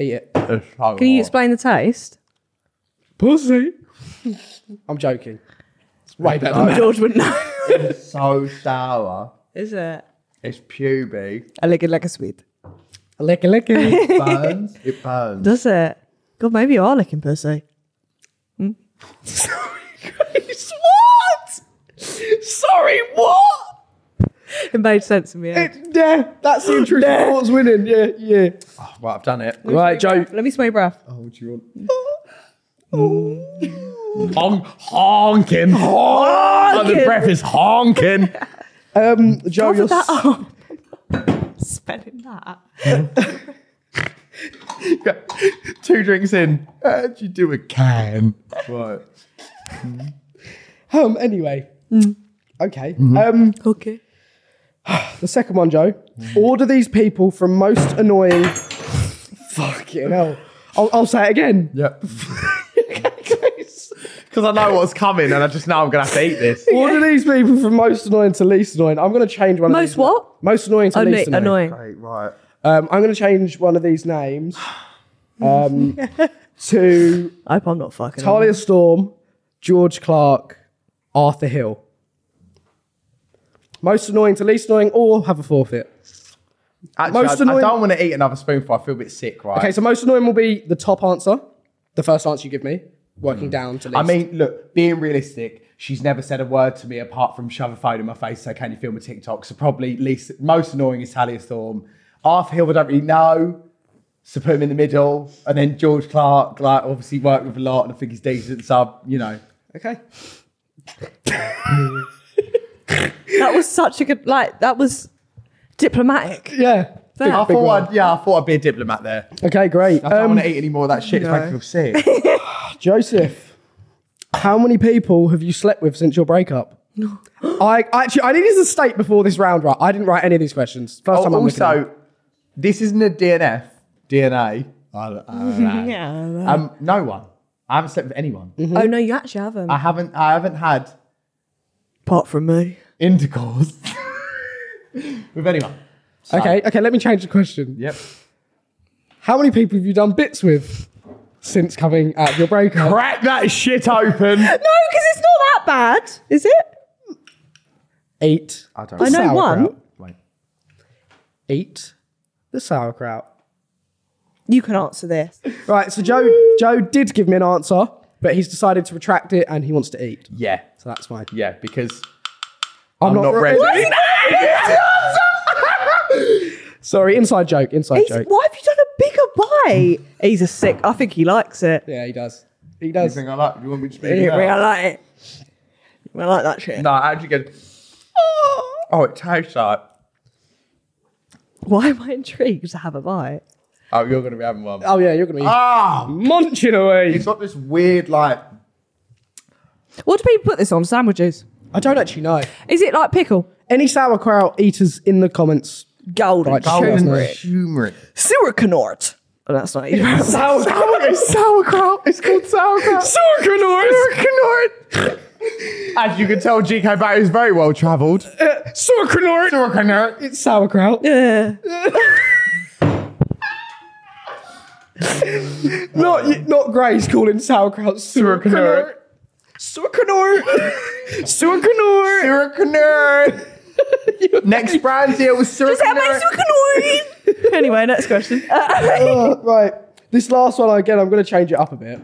Speaker 3: Eat it.
Speaker 2: It's so
Speaker 4: *laughs* Can you
Speaker 2: hot.
Speaker 4: explain the taste?
Speaker 3: Pussy. I'm joking. It's way better than that.
Speaker 4: George would know.
Speaker 2: so sour.
Speaker 4: *laughs* Is it?
Speaker 2: It's
Speaker 4: *laughs*
Speaker 2: puby.
Speaker 4: I like it like a sweet.
Speaker 3: Licky, licky.
Speaker 2: It burns. it burns.
Speaker 4: Does it? Hmm? God, maybe you are licking pussy. *laughs*
Speaker 3: what? *laughs* Sorry, what?
Speaker 4: It made sense to me.
Speaker 3: Yeah, that's the intrusive thoughts winning. Yeah, yeah.
Speaker 2: Right, I've done it.
Speaker 3: Right, Joe.
Speaker 4: Let me smell your breath.
Speaker 2: Oh, what do you want? Honk, honking. honking.
Speaker 4: Honking.
Speaker 2: The breath is honking.
Speaker 3: Um, Joe, you're, s-
Speaker 4: that up. Oh, Spelling that.
Speaker 2: *laughs* Two drinks in. How'd you do a can? Right.
Speaker 3: um anyway.
Speaker 2: Mm.
Speaker 3: Okay.
Speaker 2: Mm-hmm.
Speaker 3: Um,
Speaker 4: Okay.
Speaker 3: the second one, Joe.
Speaker 2: Mm.
Speaker 3: Order these people from most annoying. *laughs* Fucking hell. I'll, I'll say it again.
Speaker 2: *laughs* Yep. Because I know what's coming and I just know I'm going to have to eat this.
Speaker 3: Order these people from most annoying to least annoying. I'm going to change one. of
Speaker 4: Most
Speaker 3: these
Speaker 4: what?
Speaker 3: Most annoying to
Speaker 4: Annoy-
Speaker 3: least annoying.
Speaker 4: annoying.
Speaker 2: Right, right.
Speaker 3: Um, I'm going to change one of these names
Speaker 4: *laughs*
Speaker 3: um, to
Speaker 4: I hope I'm not fucking.
Speaker 3: Talia Storm, George Clark, Arthur Hill. Most annoying to least annoying, or have a forfeit.
Speaker 2: *laughs* Actually,
Speaker 3: Most
Speaker 2: I,
Speaker 3: annoying-
Speaker 2: I don't want to eat another spoonful. I feel a bit sick, right?
Speaker 3: Okay, so most annoying will be the top answer, the first answer you give me, working down to least.
Speaker 2: Hmm. I mean, look, being realistic, she's never said a word to me apart from shove a phone in my face, say, can you film a TikTok? So probably least most annoying is Talia Storm. Arthur Hill, I don't really know. So put him in the middle. And then George Clark, like obviously worked with a lot and I think he's decent. So, you know.
Speaker 3: okay.
Speaker 4: That was such a good. Like that was diplomatic.
Speaker 3: Yeah.
Speaker 4: That.
Speaker 2: I
Speaker 4: Big
Speaker 2: thought I'd, yeah, I thought I'd be a diplomat there.
Speaker 3: Okay, great.
Speaker 2: I don't
Speaker 3: Um,
Speaker 2: want to eat any more of that shit. It's making me *laughs* feel sick.
Speaker 3: Joseph, how many people have you slept with since your breakup? *gasps* I I actually I needed to state before this round, right? I didn't write any of these questions. First time I'm looking at them.
Speaker 2: Oh, also, this isn't a DNF, DNA. I don't, I don't know.
Speaker 4: *laughs* Yeah.
Speaker 2: *laughs* Um, no one. I haven't slept with anyone.
Speaker 4: Oh no, you actually haven't.
Speaker 2: I haven't. I haven't had
Speaker 4: Apart from me.
Speaker 2: intercourse *laughs* with anyone.
Speaker 3: Okay, okay, let me change the question.
Speaker 2: Yep.
Speaker 3: How many people have you done bits with since coming out of your breakup?
Speaker 2: Crack that shit open.
Speaker 4: No, because it's not that bad, is it?
Speaker 3: Eight.
Speaker 2: I don't. *laughs*
Speaker 4: I know
Speaker 3: Sauerkraut.
Speaker 4: one.
Speaker 2: Wait.
Speaker 3: eat the sauerkraut?
Speaker 4: You can answer this.
Speaker 3: Right, so Joe Joe did give me an answer, but he's decided to retract it and he wants to eat.
Speaker 2: Yeah.
Speaker 3: So that's fine.
Speaker 2: Yeah, because
Speaker 3: I'm,
Speaker 2: not
Speaker 3: re-
Speaker 2: ready. What?
Speaker 3: *laughs* Sorry, inside joke, inside
Speaker 4: He's,
Speaker 3: joke.
Speaker 4: why have you done a bigger bite? He's a sick. I think he likes it.
Speaker 3: Yeah, he does. He does.
Speaker 2: I like. You want me to speak?
Speaker 4: Yeah, we I like it. We like that shit.
Speaker 2: *laughs* No, I actually good. Oh, it tastes like.
Speaker 4: Why am I intrigued to have a bite?
Speaker 2: Oh, you're gonna be having one.
Speaker 3: Oh yeah, you're gonna be
Speaker 2: Ah,
Speaker 8: Munching away.
Speaker 2: it's got this weird like.
Speaker 4: What do people put this on? Sandwiches?
Speaker 3: I don't actually know.
Speaker 4: Is it like pickle?
Speaker 3: Any sauerkraut eaters in the comments?
Speaker 4: Golden.
Speaker 3: Right,
Speaker 4: Right,
Speaker 3: golden.
Speaker 4: golden.
Speaker 2: turmeric.
Speaker 4: Sauerkraut. Oh, that's not
Speaker 3: *laughs*
Speaker 4: even.
Speaker 3: Sauerkraut.
Speaker 2: Sauerkraut. It's called sauerkraut. Sauerkraut. As you can tell, GK Barry is very well travelled.
Speaker 3: Sauerkraut.
Speaker 2: Sauerkraut.
Speaker 3: It's sauerkraut. not y- not Grace calling sauerkraut sauerkraut. Sauerkraut. Sauerkraut.
Speaker 2: Sauerkraut.
Speaker 3: *laughs*
Speaker 2: Next brand deal was sauerkraut.
Speaker 4: anyway, next question.
Speaker 3: Uh, Right. This last one again. I'm going to change it up a bit.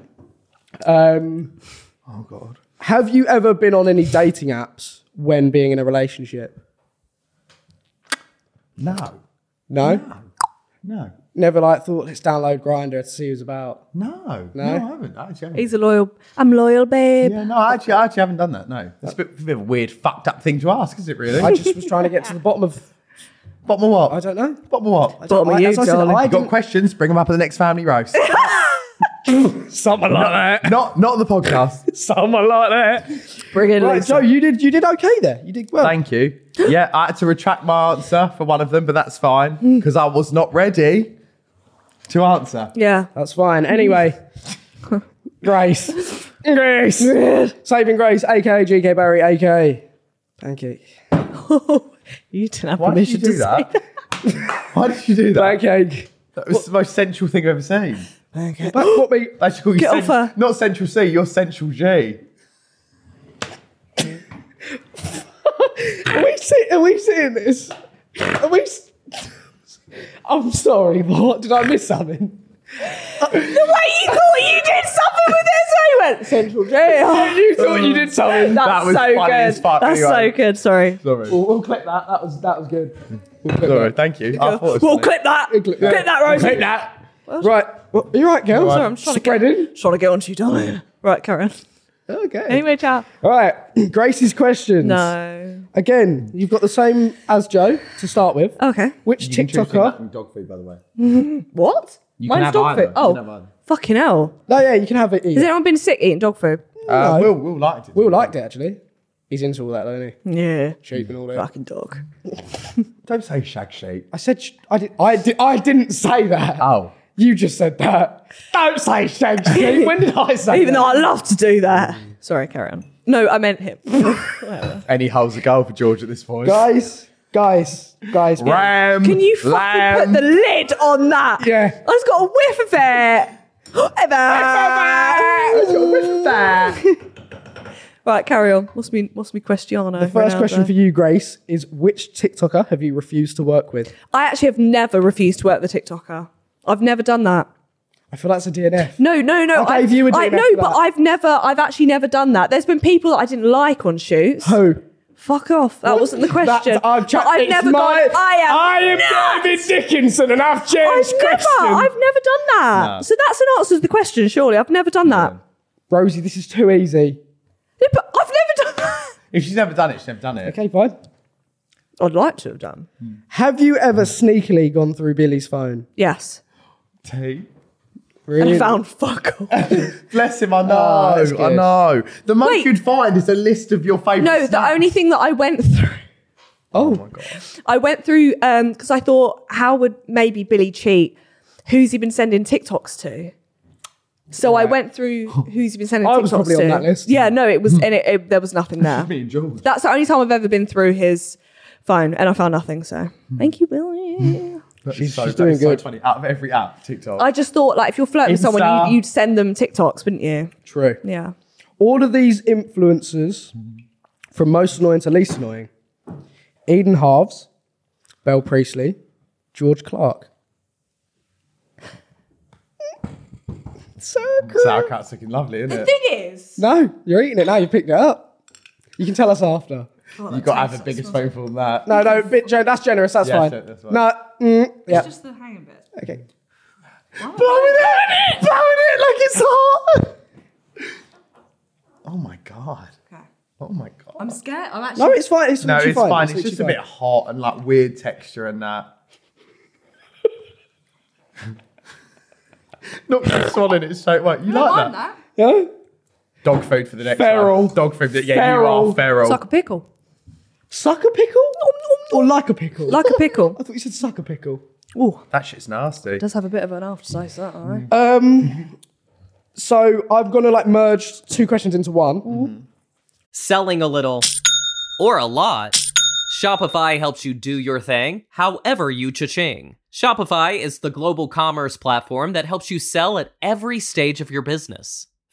Speaker 3: Um,
Speaker 2: Oh god.
Speaker 3: have you ever been on any dating apps when being in a relationship?
Speaker 2: No.
Speaker 3: No.
Speaker 2: No.
Speaker 3: Never like thought let's download Grinder to see who's about.
Speaker 2: No. No. I haven't. I actually haven't.
Speaker 4: He's a loyal. I'm loyal, babe.
Speaker 2: yeah, no, I actually, I actually haven't done that. No, that's a bit, a bit of a weird, fucked up thing to ask, is it? Really?
Speaker 3: I just was trying to get to the bottom of.
Speaker 2: bottom of what?
Speaker 3: I don't know.
Speaker 2: Bottom of what?
Speaker 3: Bottom
Speaker 4: of
Speaker 3: I,
Speaker 4: you,
Speaker 3: as I said,
Speaker 4: darling.
Speaker 3: I
Speaker 2: You got
Speaker 3: didn't-
Speaker 2: questions? Bring them up at the next family
Speaker 3: *laughs*
Speaker 2: roast.
Speaker 8: Something like that.
Speaker 2: not, not on the podcast.
Speaker 8: Something like that.
Speaker 4: Bring in
Speaker 3: Right,
Speaker 4: Lisa.
Speaker 3: Joe, you did you did okay there. You did well.
Speaker 2: Thank you. Yeah, I had to retract my answer for one of them, but that's fine
Speaker 4: Hmm.
Speaker 2: because I was not ready to answer.
Speaker 4: Yeah. *laughs*
Speaker 3: That's fine. Anyway, *laughs* Grace, Grace, *laughs* saving Grace, aka GK Barry, aka Pancake,
Speaker 4: you didn't have
Speaker 2: Why did you
Speaker 4: permission
Speaker 2: do
Speaker 4: to
Speaker 2: that? *laughs* Why did you do that?
Speaker 4: *laughs*
Speaker 3: Pancake.
Speaker 2: that was the most sensual thing I've ever seen.
Speaker 3: But what me?
Speaker 2: They should call you
Speaker 4: Get
Speaker 2: sen-
Speaker 4: off her.
Speaker 2: not Central C, you're Central G.
Speaker 3: *laughs* Are we see, Are we seeing this? Are we? s- *laughs* I'm sorry. What did I miss something?
Speaker 4: Uh, The way you thought you did something with this, I went Central Jail.
Speaker 3: *laughs* You thought you did something.
Speaker 4: That's
Speaker 2: That was funny
Speaker 4: so good.
Speaker 2: as fuck,
Speaker 4: That's
Speaker 2: anyway.
Speaker 4: so good. Sorry.
Speaker 2: Sorry.
Speaker 3: We'll, we'll clip that. That was that was good. We'll clip
Speaker 2: Sorry, thank you. I thought it was
Speaker 4: We'll
Speaker 2: funny.
Speaker 4: clip that. Clip
Speaker 3: that.
Speaker 4: that, Rosie.
Speaker 3: Clip that. Right. Well, you're right, Oh, girl.
Speaker 2: Sorry,
Speaker 4: I'm trying to get-
Speaker 3: spreading.
Speaker 4: Trying to get onto you, darling. Right, Karen.
Speaker 3: Okay.
Speaker 4: Anyway, ciao.
Speaker 3: All right. *clears throat* Grace's questions.
Speaker 4: No.
Speaker 3: Again, you've got the same as Joe to start with.
Speaker 4: Okay.
Speaker 3: Which
Speaker 2: You can choose to
Speaker 3: TikToker?
Speaker 2: make dog food, by the way.
Speaker 4: What?
Speaker 2: You
Speaker 4: Mine's dog food.
Speaker 2: You
Speaker 4: Oh,
Speaker 2: can have either.
Speaker 4: fucking hell.
Speaker 3: No, yeah, you can have it.
Speaker 4: Has
Speaker 3: Either.
Speaker 4: anyone been sick eating dog food?
Speaker 2: Uh, Will,
Speaker 3: No.
Speaker 2: Will liked it.
Speaker 3: Will liked it actually. He's into all that, don't he?
Speaker 4: Yeah.
Speaker 3: Sheep and all that.
Speaker 4: Fucking dog.
Speaker 2: Don't say shag sheep.
Speaker 3: I said sh- I did. I did. I didn't say that.
Speaker 2: Oh.
Speaker 3: You just said that. Don't say shag *laughs* sheep. when did I say?
Speaker 4: Even
Speaker 3: that?
Speaker 4: though I love to do that. Sorry, Karen. No, I meant *laughs* him.
Speaker 2: Any hole's a goal for George at this point.
Speaker 3: guys, guys, guys.
Speaker 2: Ram.
Speaker 4: Can you fucking
Speaker 2: lamb.
Speaker 4: put the lid on that?
Speaker 3: Yeah.
Speaker 4: I just got a whiff of it. *gasps* Ever. right, carry on. What's me? What's me? Questiano.
Speaker 3: The first question for you, Grace, is which TikToker have you refused to work with?
Speaker 4: I actually have never refused to work with a TikToker. I've never done that.
Speaker 3: I feel that's a DNF.
Speaker 4: No, no, no.
Speaker 3: I gave you a
Speaker 4: I,
Speaker 3: DNF
Speaker 4: no,
Speaker 3: for
Speaker 4: but
Speaker 3: that.
Speaker 4: I've never. I've actually never done that. There's been people that I didn't like on shoots.
Speaker 3: Who?
Speaker 4: Fuck off. That wasn't the question.
Speaker 3: That, I've,
Speaker 4: But
Speaker 3: cha-
Speaker 4: I've
Speaker 3: it's
Speaker 4: never
Speaker 3: my,
Speaker 4: gone. I am.
Speaker 3: I am
Speaker 4: nuts.
Speaker 3: David Dickinson, and I've
Speaker 4: I've
Speaker 3: changed
Speaker 4: never,
Speaker 3: question.
Speaker 4: I've never done that. So that's an answer to the question, surely. I've never done that.
Speaker 3: Rosie, this is too easy.
Speaker 4: Yeah, but I've never done that. *laughs*
Speaker 2: If she's never done it, she's never done it.
Speaker 3: Okay, fine.
Speaker 4: I'd like to have done.
Speaker 3: Have you ever sneakily gone through Billy's phone?
Speaker 4: Yes.
Speaker 2: Tea.
Speaker 4: And
Speaker 3: Really?
Speaker 4: I found fuck all.
Speaker 2: Bless him, I
Speaker 3: Oh,
Speaker 2: know.
Speaker 3: that's good.
Speaker 2: I know. The most
Speaker 4: Wait.
Speaker 2: you'd find is a list of your favourite
Speaker 4: No, the
Speaker 2: snacks.
Speaker 4: only thing that I went through,
Speaker 3: *laughs* oh, my
Speaker 4: *laughs* I went through um because I thought, how would maybe Billy cheat? Who's he been sending TikToks to? So I
Speaker 3: *gasps*
Speaker 4: went through who's he been sending
Speaker 3: I
Speaker 4: TikToks
Speaker 3: was probably
Speaker 4: to.
Speaker 3: on that list. Hmm.
Speaker 4: Yeah, no, it was, and it, it, there was nothing
Speaker 3: *laughs*
Speaker 4: there.
Speaker 2: Me and George.
Speaker 4: That's the only time I've ever been through his phone, and I found nothing. So
Speaker 3: Hmm.
Speaker 4: thank you, Billy.
Speaker 2: That's
Speaker 3: She's-
Speaker 2: so,
Speaker 3: she's
Speaker 2: that is
Speaker 3: doing
Speaker 2: so
Speaker 3: good.
Speaker 2: funny. Out of every app, TikTok.
Speaker 4: I just thought, like, if you're flirting with someone,
Speaker 2: Insta.
Speaker 4: you, you'd send them TikToks, wouldn't you?
Speaker 3: True.
Speaker 4: Yeah.
Speaker 3: All of these influencers, from most annoying to least annoying, Eden Harves, Belle Priestley, George Clark. so good.
Speaker 2: Sour cat's looking lovely, isn't it?
Speaker 4: Thing is,
Speaker 3: No, you're eating it now. You picked it up. You can tell us after.
Speaker 2: you got to have a bigger spoonful than that.
Speaker 3: No, no, bit, gen- that's generous. That's
Speaker 2: Yeah,
Speaker 3: fine.
Speaker 2: sure, that's fine.
Speaker 3: No, mm, yeah.
Speaker 9: Just the hanging bit.
Speaker 3: Okay. Blowing it, blowing it like it's hot.
Speaker 2: Oh my god.
Speaker 9: Okay.
Speaker 2: Oh my god.
Speaker 9: I'm scared. I'm actually.
Speaker 3: No, it's fine. It's
Speaker 2: no,
Speaker 3: literally
Speaker 2: it's fine. It's,
Speaker 3: literally
Speaker 2: just a bit hot and like weird texture and that. *laughs* Not just swallowing it straight away. You
Speaker 9: I
Speaker 2: like
Speaker 9: like
Speaker 2: that?
Speaker 9: that.
Speaker 3: Yeah.
Speaker 2: Dog food for the next
Speaker 3: Feral.
Speaker 2: one. Dog food. Yeah, you
Speaker 3: Feral.
Speaker 2: are feral.
Speaker 9: It's like a pickle.
Speaker 3: Suck a pickle? Or like a pickle?
Speaker 9: Like a pickle.
Speaker 3: I thought you said suck a pickle.
Speaker 2: that shit's nasty.
Speaker 9: Does have a bit of an aftertaste, that, all right?
Speaker 3: So I'm gonna like merge two questions into one.
Speaker 4: Mm-hmm.
Speaker 1: selling a little or a lot. Shopify helps you do your thing, however you cha-ching. Shopify is the global commerce platform that helps you sell at every stage of your business.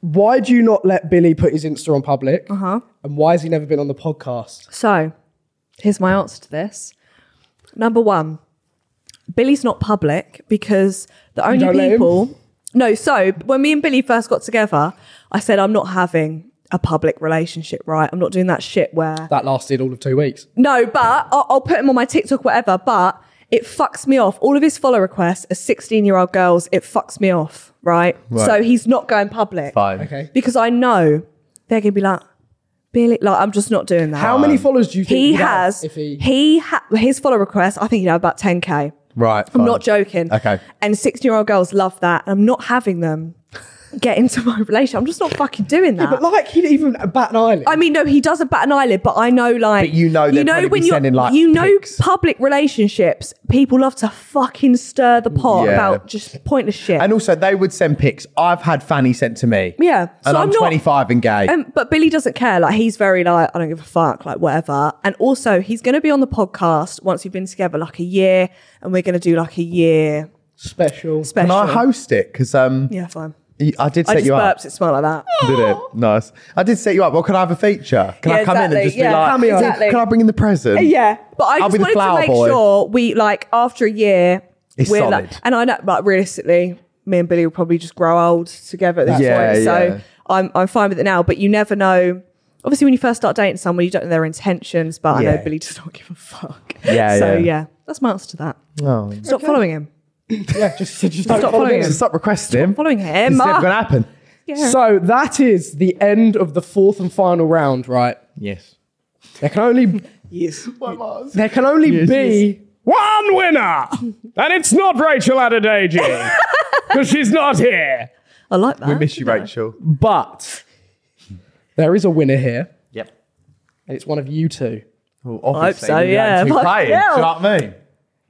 Speaker 3: Why do you not let Billy put his Insta on public? Uh-huh. And why has he never been on the podcast?
Speaker 4: So, here's my answer to this. Number one, Billy's not public because the only
Speaker 3: don't let him?
Speaker 4: people. No, so when me and Billy first got together, I said, I'm not having a public relationship, right? I'm not doing that shit where.
Speaker 3: That lasted all of two weeks.
Speaker 4: No, but I'll, I'll put him on my TikTok, whatever, but it fucks me off. All of his follow requests are 16 year old girls. It fucks me off, right? So, he's not going public
Speaker 2: Fine.
Speaker 3: Okay.
Speaker 4: because I know they're going to be like, Billy, like, I'm just not doing that
Speaker 3: How many followers do you think
Speaker 4: he
Speaker 3: he'd have
Speaker 4: has
Speaker 3: If
Speaker 4: he,
Speaker 3: he,
Speaker 4: ha- his follow request i think he'd have about 10k
Speaker 2: Right.
Speaker 4: i'm not joking
Speaker 2: Okay.
Speaker 4: and 16 year old girls love that i'm not
Speaker 2: *laughs*
Speaker 4: having them get into my relationship i'm just not fucking doing that
Speaker 3: but like he'd even bat an eyelid.
Speaker 4: I mean, no, he doesn't bat an eyelid, but I know, like,
Speaker 2: But you know they'd probably be
Speaker 4: you're-
Speaker 2: sending, like,
Speaker 4: you know,
Speaker 2: pics.
Speaker 4: public relationships, people love to fucking stir the pot
Speaker 2: Yeah.
Speaker 4: about just pointless shit.
Speaker 2: And also, they would send pics. I've had Fanny sent to me.
Speaker 4: Yeah.
Speaker 2: And
Speaker 4: So
Speaker 2: I'm,
Speaker 4: I'm not-
Speaker 2: 25 and gay.
Speaker 4: Um, but Billy doesn't care. Like he's very like, I don't give a fuck, like whatever. And also he's gonna be on the podcast once we've been together like a year and we're gonna do like a year
Speaker 3: special.
Speaker 4: special.
Speaker 2: Can I host it? Because um,
Speaker 4: yeah, fine.
Speaker 2: y- I did
Speaker 4: I
Speaker 2: set
Speaker 4: just
Speaker 2: you up. Oh,
Speaker 4: burps, it smelled like that.
Speaker 2: Did it? Nice. I did set you up. Well, can I have a feature? Can
Speaker 4: Yeah,
Speaker 2: I come in
Speaker 4: exactly.
Speaker 2: and just
Speaker 4: Yeah,
Speaker 2: be like,
Speaker 4: come here. Exactly.
Speaker 2: can I bring in the present?
Speaker 4: Yeah. But I
Speaker 2: I'll be the
Speaker 4: just wanted to
Speaker 2: flower
Speaker 4: make
Speaker 2: boy.
Speaker 4: sure we like after a year
Speaker 2: It's
Speaker 4: we're
Speaker 2: solid.
Speaker 4: like and I know but realistically, me and Billy will probably just grow old together at this
Speaker 2: Yeah,
Speaker 4: point. So
Speaker 2: yeah.
Speaker 4: I'm I'm fine with it now. But you never know Obviously, when you first start dating someone, you don't know their intentions, but I
Speaker 2: Yeah.
Speaker 4: know Billy does not give a fuck.
Speaker 2: Yeah,
Speaker 4: so,
Speaker 2: yeah.
Speaker 4: yeah. that's my answer to that.
Speaker 2: Oh.
Speaker 4: Stop following him.
Speaker 3: yeah, just, just don't follow
Speaker 4: Stop following
Speaker 3: me.
Speaker 4: him.
Speaker 2: Stop requesting him.
Speaker 4: Following him.
Speaker 2: It's never
Speaker 4: up.
Speaker 2: going to happen.
Speaker 3: So that is the end of the fourth and final round, right?
Speaker 2: Yes.
Speaker 3: There can only
Speaker 4: Yes.
Speaker 3: there can only be
Speaker 10: One winner! And it's not Rachel
Speaker 4: *laughs*
Speaker 10: Adadaji, because she's not here.
Speaker 4: I like that.
Speaker 2: Miss you, Rachel.
Speaker 3: but there is a winner here.
Speaker 2: Yep.
Speaker 3: and it's one of you two.
Speaker 2: Well,
Speaker 3: obviously,
Speaker 2: obviously, I hope so, we're the yeah. only two Fucking playing, do you know hell. what I mean?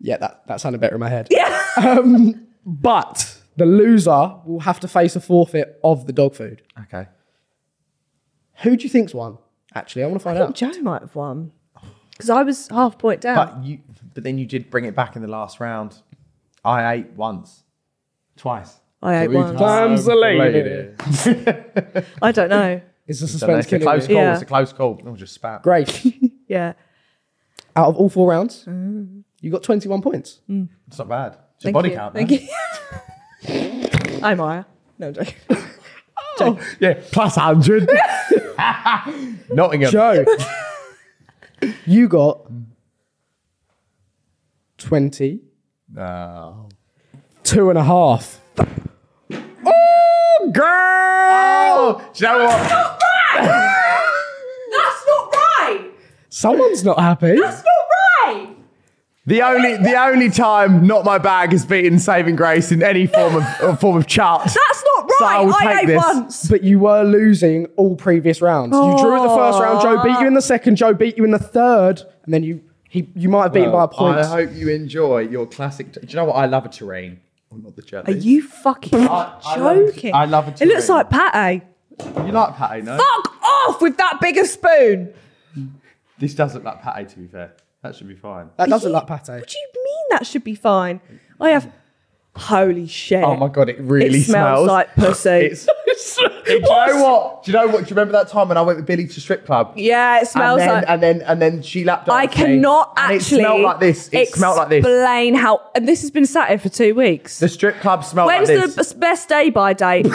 Speaker 3: Yeah, that, that sounded better in my head. Yeah. *laughs* um, but the loser will have to face a forfeit of the dog food.
Speaker 2: Okay.
Speaker 3: Who do you think's won? Actually, I want to find *laughs* out.
Speaker 4: Joe might have won because I was half point down.
Speaker 2: But you, but then you did bring it back in the last round. I ate once, twice.
Speaker 4: I ate
Speaker 2: Three
Speaker 4: once.
Speaker 2: times
Speaker 4: Times a lady. I don't know.
Speaker 3: It's a
Speaker 2: Dunno, It's a close call.
Speaker 4: Yeah.
Speaker 2: It's a close call. I'll just spout.
Speaker 3: Great. *laughs*
Speaker 4: yeah.
Speaker 3: Out of all four rounds, you got 21 points.
Speaker 2: It's not bad. It's your
Speaker 4: Thank
Speaker 2: body
Speaker 4: you.
Speaker 2: count.
Speaker 4: Thank
Speaker 2: man.
Speaker 4: you. *laughs* I'm Maya. No, I'm joking.
Speaker 2: *laughs* Yeah, plus hundred. *laughs* Nottingham.
Speaker 3: *laughs* Joe, you got 20,
Speaker 2: No.
Speaker 3: two and a half.
Speaker 2: Girl. Oh, do you know what?
Speaker 9: That's not right.
Speaker 3: Someone's not happy.
Speaker 9: That's not right.
Speaker 2: The only the only time not my bag has beaten Saving Grace in any form of uh, form of chart.
Speaker 9: That's not
Speaker 2: So I
Speaker 9: right.
Speaker 2: will
Speaker 9: I
Speaker 2: take
Speaker 9: ate
Speaker 2: this.
Speaker 9: once.
Speaker 3: But you were losing all previous rounds. You drew in the first round, Joe beat you in the second, Joe beat you in the third, and then you he you might have beaten by a point.
Speaker 2: Oh, I hope you enjoy your classic. do you know what? I love a terrain. Well, Oh, not the
Speaker 4: Are
Speaker 2: jelly.
Speaker 4: you fucking
Speaker 2: I love-
Speaker 4: joking?
Speaker 2: I love a
Speaker 4: it. looks
Speaker 2: terrain.
Speaker 4: like pate.
Speaker 2: You like pate, no?
Speaker 4: Fuck off with that bigger spoon.
Speaker 2: This does look like pate, to be fair. That should be fine.
Speaker 3: that doesn't look pate.
Speaker 4: What do you mean that should be fine? I have. Holy shit.
Speaker 2: Oh my god, it
Speaker 4: It
Speaker 2: really
Speaker 4: smells, like pussy.
Speaker 2: *laughs* It's, do you
Speaker 4: *laughs*
Speaker 2: know what? Do you know what? Do you remember that time when I went with Billy to strip club?
Speaker 4: yeah, it smells
Speaker 2: and then,
Speaker 4: like.
Speaker 2: and then and then she lapped.
Speaker 4: I
Speaker 2: up to me,
Speaker 4: cannot
Speaker 2: and
Speaker 4: actually
Speaker 2: It smelled like this. It smelled like this.
Speaker 4: Explain how, and this has been sat here for two weeks.
Speaker 2: The strip club smelled
Speaker 4: When's
Speaker 2: like this.
Speaker 4: the b- best day *laughs* by date?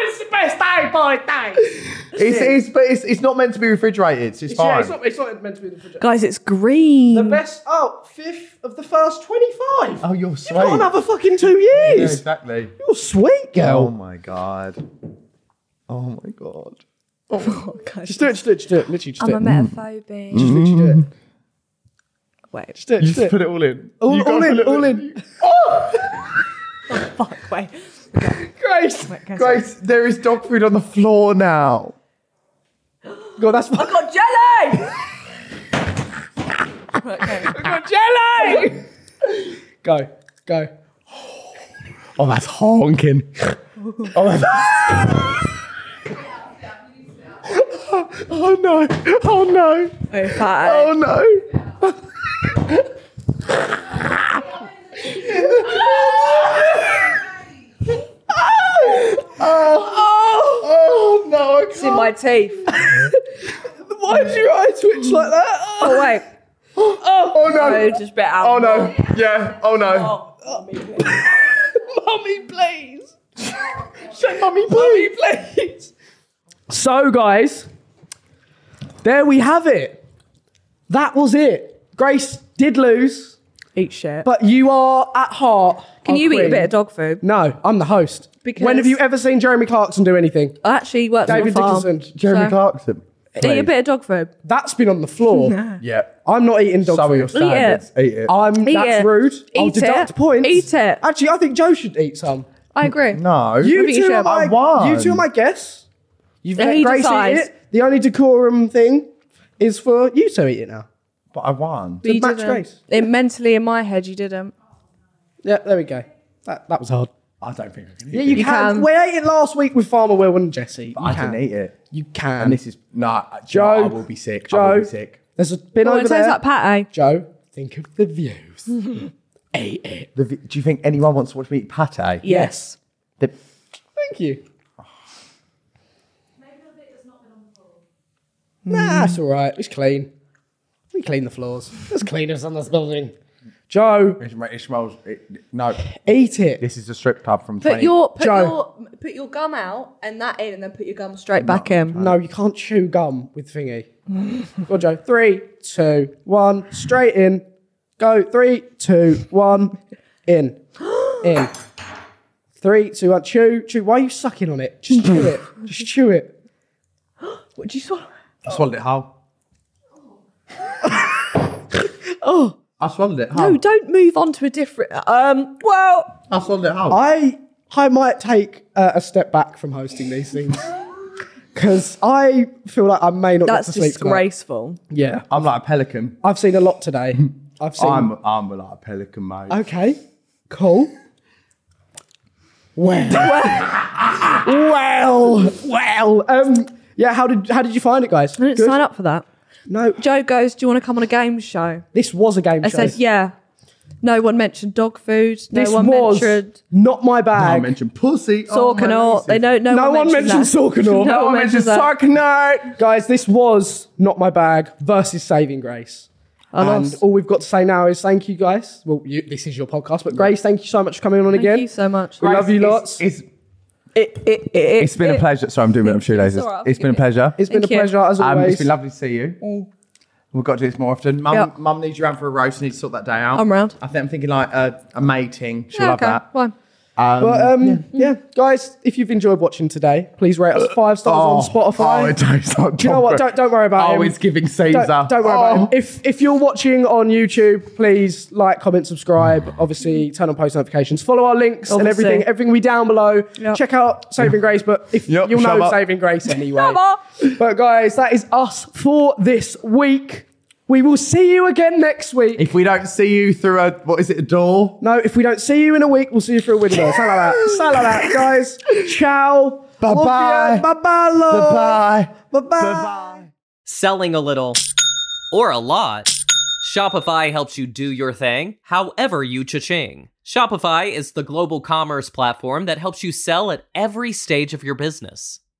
Speaker 10: It's the best day, boy, day.
Speaker 2: it's, it's but it's, it's not meant to be refrigerated. It's, fine.
Speaker 10: Yeah, it's not, it's not meant to be the fridge.
Speaker 4: Guys, it's green.
Speaker 10: The best, oh, fifth of the first 25.
Speaker 2: oh, you're sweet.
Speaker 10: Not another fucking two
Speaker 2: Yeah,
Speaker 10: years.
Speaker 2: exactly.
Speaker 3: You're sweet
Speaker 2: Oh
Speaker 3: girl.
Speaker 2: my god. Oh my god.
Speaker 3: Just do it, just do it, just do it. Literally just do
Speaker 9: I'm a Mm-hmm.
Speaker 3: it.
Speaker 9: metaphobe.
Speaker 4: Mm.
Speaker 3: Just literally do it.
Speaker 4: Wait,
Speaker 3: Just do
Speaker 2: You
Speaker 3: it, just do
Speaker 2: just
Speaker 3: it.
Speaker 2: put it all in.
Speaker 3: All,
Speaker 2: You gotta
Speaker 3: all
Speaker 2: put
Speaker 3: in,
Speaker 2: it
Speaker 3: all in.
Speaker 4: fuck, wait.
Speaker 2: Grace,
Speaker 3: Oh
Speaker 4: can I
Speaker 2: Grace, there is dog food on the floor now.
Speaker 3: God, that's fine.
Speaker 2: *laughs*
Speaker 4: got jelly! okay.
Speaker 2: *laughs*
Speaker 3: jelly! go, go.
Speaker 2: Oh, that's honking. oh, that's... *laughs* oh no! Oh no!
Speaker 4: Wait, pate.
Speaker 2: Oh no! *laughs* oh, oh no! I
Speaker 4: It's in my teeth.
Speaker 3: Why did your eye twitch like that?
Speaker 4: Oh, wait.
Speaker 2: can't- *gasps* oh
Speaker 4: *gasps* Oh,
Speaker 2: no!
Speaker 4: just bit out.
Speaker 2: Oh no! Yeah! Oh no!
Speaker 3: Mummy, please. *laughs* mummy, please. please. So, guys, there we have it. That was it. Grace did lose,
Speaker 4: Eat shit.
Speaker 2: Oh,
Speaker 3: but you are at heart.
Speaker 4: Can
Speaker 3: our
Speaker 4: you eat a
Speaker 3: queen.
Speaker 4: bit of dog food?
Speaker 3: No, I'm the host.
Speaker 4: Because-
Speaker 3: when have you ever seen Jeremy Clarkson do anything?
Speaker 4: I actually worked
Speaker 3: David
Speaker 4: on a farm.
Speaker 3: Dickinson.
Speaker 2: Jeremy
Speaker 4: Sorry.
Speaker 2: Clarkson.
Speaker 4: Eat a bit of dog food.
Speaker 3: That's been on the
Speaker 4: *laughs*
Speaker 3: floor.
Speaker 2: Yeah.
Speaker 3: I'm not eating dog
Speaker 2: Some of
Speaker 3: food.
Speaker 2: your standards. Eat it.
Speaker 3: I'm.
Speaker 4: Eat
Speaker 3: that's
Speaker 4: it.
Speaker 3: rude. I'll
Speaker 4: Eat it.
Speaker 3: deduct points.
Speaker 4: Eat it.
Speaker 3: Actually, I think Joe should eat some.
Speaker 4: I agree.
Speaker 2: no.
Speaker 3: You
Speaker 4: think you
Speaker 3: two,
Speaker 4: should.
Speaker 3: are my,
Speaker 2: I won.
Speaker 3: you two are my guests. You've
Speaker 4: Yeah,
Speaker 3: let
Speaker 4: he
Speaker 3: Grace
Speaker 4: decides.
Speaker 3: eat it. The only decorum thing is for you to eat it now.
Speaker 2: But I won.
Speaker 4: But you
Speaker 3: match
Speaker 4: didn't.
Speaker 3: grace.
Speaker 4: It mentally in my head, you didn't.
Speaker 3: Yeah, there we go. That, that was hard.
Speaker 2: I don't think I can eat
Speaker 3: Yeah, you,
Speaker 4: You
Speaker 3: can.
Speaker 4: can.
Speaker 3: We ate it last week with Farmer Will and Jesse.
Speaker 2: But
Speaker 3: you
Speaker 2: I
Speaker 3: can.
Speaker 2: can eat it.
Speaker 3: You can.
Speaker 2: And this is nah, Joe.
Speaker 3: Joe.
Speaker 2: I will be sick. I
Speaker 3: Joe.
Speaker 2: will be sick.
Speaker 3: There's a bin
Speaker 4: Oh, it
Speaker 3: over
Speaker 4: tastes
Speaker 3: there.
Speaker 4: like Mm. pate.
Speaker 3: Joe, think of the views. ate it.
Speaker 2: The, vi- do you think anyone wants to watch me eat pate?
Speaker 4: Yes.
Speaker 2: The-
Speaker 3: Thank you.
Speaker 4: Mm.
Speaker 3: Nah, it's all right. It's clean. We clean the floors. There's cleaners on this building. Joe,
Speaker 2: it, sm- it smells. It, no,
Speaker 3: eat it.
Speaker 2: this is a strip club from.
Speaker 4: Put
Speaker 2: 20
Speaker 4: your put
Speaker 3: Joe.
Speaker 4: your put your gum out and that in, and then put your gum straight back in.
Speaker 3: No, you can't chew gum with thingy. go, Joe. Three, two, one. Straight in. Go. Three, two, one. In. In. Three, two, one. Chew. Chew. Why are you sucking on it? Just chew it. Just chew it.
Speaker 4: What do you swallow?
Speaker 2: I swallowed it whole. *laughs* oh, I swallowed it whole.
Speaker 4: No, don't move on to a different. Um. Well,
Speaker 2: I swallowed it whole.
Speaker 3: *laughs* I I might take uh, a step back from hosting these things. because I feel like I may not
Speaker 4: That's
Speaker 3: get to sleep tonight.
Speaker 4: disgraceful.
Speaker 3: Yeah,
Speaker 2: I'm like a pelican.
Speaker 3: I've seen a lot today. I've
Speaker 4: Oh.
Speaker 3: seen.
Speaker 2: I'm I'm like a pelican, mate.
Speaker 3: okay, cool. Well, well, well. Um, yeah. How did how did you find it, guys?
Speaker 4: I didn't
Speaker 3: Good?
Speaker 4: sign up for that.
Speaker 3: No,
Speaker 4: Joe goes, Do you want to come on a game show?
Speaker 3: this was a game
Speaker 4: I
Speaker 3: show.
Speaker 4: said, Yeah. No one mentioned dog food. No
Speaker 3: this
Speaker 4: one
Speaker 3: was
Speaker 4: mentioned
Speaker 3: not my
Speaker 2: I
Speaker 3: bag.
Speaker 2: mentioned pussy. Oh,
Speaker 4: Sork and all. They know no,
Speaker 3: no one mentioned
Speaker 4: that.
Speaker 3: Sorkinor.
Speaker 4: *laughs* No one mentions that.
Speaker 3: Sorkinor. Guys, this was not my bag versus Saving Grace. and
Speaker 4: lost.
Speaker 3: all we've got to say now is thank you, guys. Well, you, this is your podcast, but Grace, thank you so much for coming on again.
Speaker 4: Thank you so much.
Speaker 3: We love you lots.
Speaker 2: It's,
Speaker 4: It, it, it,
Speaker 2: it's been a pleasure. Sorry, I'm doing it with shoelaces.
Speaker 4: It's all right,
Speaker 2: it's been a
Speaker 4: forgive me.
Speaker 2: pleasure.
Speaker 3: it's been
Speaker 4: Thank
Speaker 3: a
Speaker 4: you.
Speaker 3: pleasure as
Speaker 2: Um,
Speaker 3: always.
Speaker 2: it's been lovely to see you. We've got to do this more often. Mum,
Speaker 4: Yeah.
Speaker 2: mum needs you around for a roast. Need to sort that day out.
Speaker 4: I'm round.
Speaker 2: I think I'm thinking like a, a mating. She'll
Speaker 4: Yeah,
Speaker 2: love
Speaker 4: okay.
Speaker 2: that.
Speaker 4: Fine.
Speaker 3: But um, yeah. guys, if you've enjoyed watching today, please rate us five stars
Speaker 2: Oh,
Speaker 3: on
Speaker 2: Oh, it
Speaker 3: Spotify.
Speaker 2: tastes like
Speaker 3: Do you know what? Don't, don't worry about it.
Speaker 2: Oh, it's giving Caesar.
Speaker 3: Don't, don't worry
Speaker 2: Oh.
Speaker 3: about it. If if you're watching on YouTube, please like, comment, subscribe. Obviously, turn on post notifications. Follow our links and
Speaker 4: Obviously.
Speaker 3: everything. Everything we down below.
Speaker 4: Yep.
Speaker 3: Check out Saving Grace, but if
Speaker 2: Yep,
Speaker 3: you'll
Speaker 2: shove
Speaker 3: know
Speaker 2: up.
Speaker 3: Saving
Speaker 2: *laughs*
Speaker 3: Grace anyway.
Speaker 4: Come on.
Speaker 3: but guys, that is us for this week. We will see you again next week.
Speaker 2: If we don't see you through a what is it a door?
Speaker 3: no, if we don't see you in a week, we'll see you through a window. Something like that. Something like that, guys. Ciao.
Speaker 2: Bye-bye.
Speaker 3: Bye bye.
Speaker 2: Bye
Speaker 3: Bye bye.
Speaker 2: bye.
Speaker 1: selling a little or a lot. Shopify helps you do your thing, however you cha-ching. Shopify is the global commerce platform that helps you sell at every stage of your business.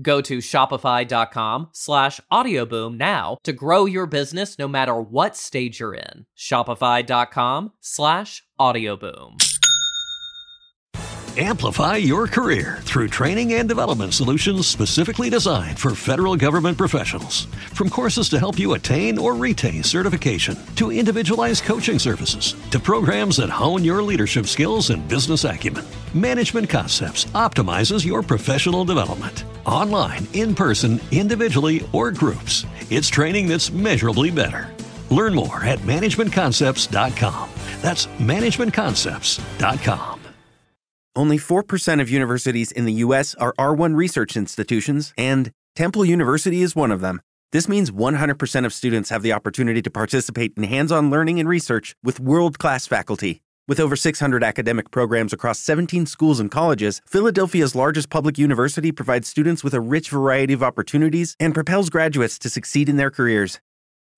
Speaker 1: Go to shopify.com slash audioboom now to grow your business no matter what stage you're in. Shopify.com slash audioboom.
Speaker 11: Amplify your career through training and development solutions specifically designed for federal government professionals. From courses to help you attain or retain certification, to individualized coaching services, to programs that hone your leadership skills and business acumen, Management Concepts optimizes your professional development. Online, in person, individually, or groups, it's training that's measurably better. Learn more at managementconcepts.com. That's managementconcepts.com.
Speaker 12: Only 4% of universities in the U.S. are R1 research institutions, and Temple University is one of them. This means 100% of students have the opportunity to participate in hands on learning and research with world class faculty. With over 600 academic programs across 17 schools and colleges, Philadelphia's largest public university provides students with a rich variety of opportunities and propels graduates to succeed in their careers.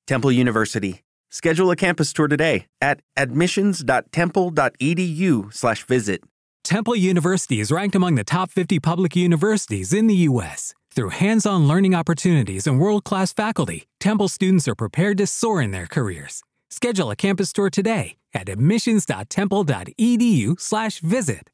Speaker 12: Temple University. Schedule a campus tour today at admissions.temple.edu/visit.
Speaker 13: Temple University is ranked among the top 50 public universities in the U.S. Through hands on learning opportunities and world class faculty, Temple students are prepared to soar in their careers. Schedule a campus tour today at admissions.temple.edu/slash visit.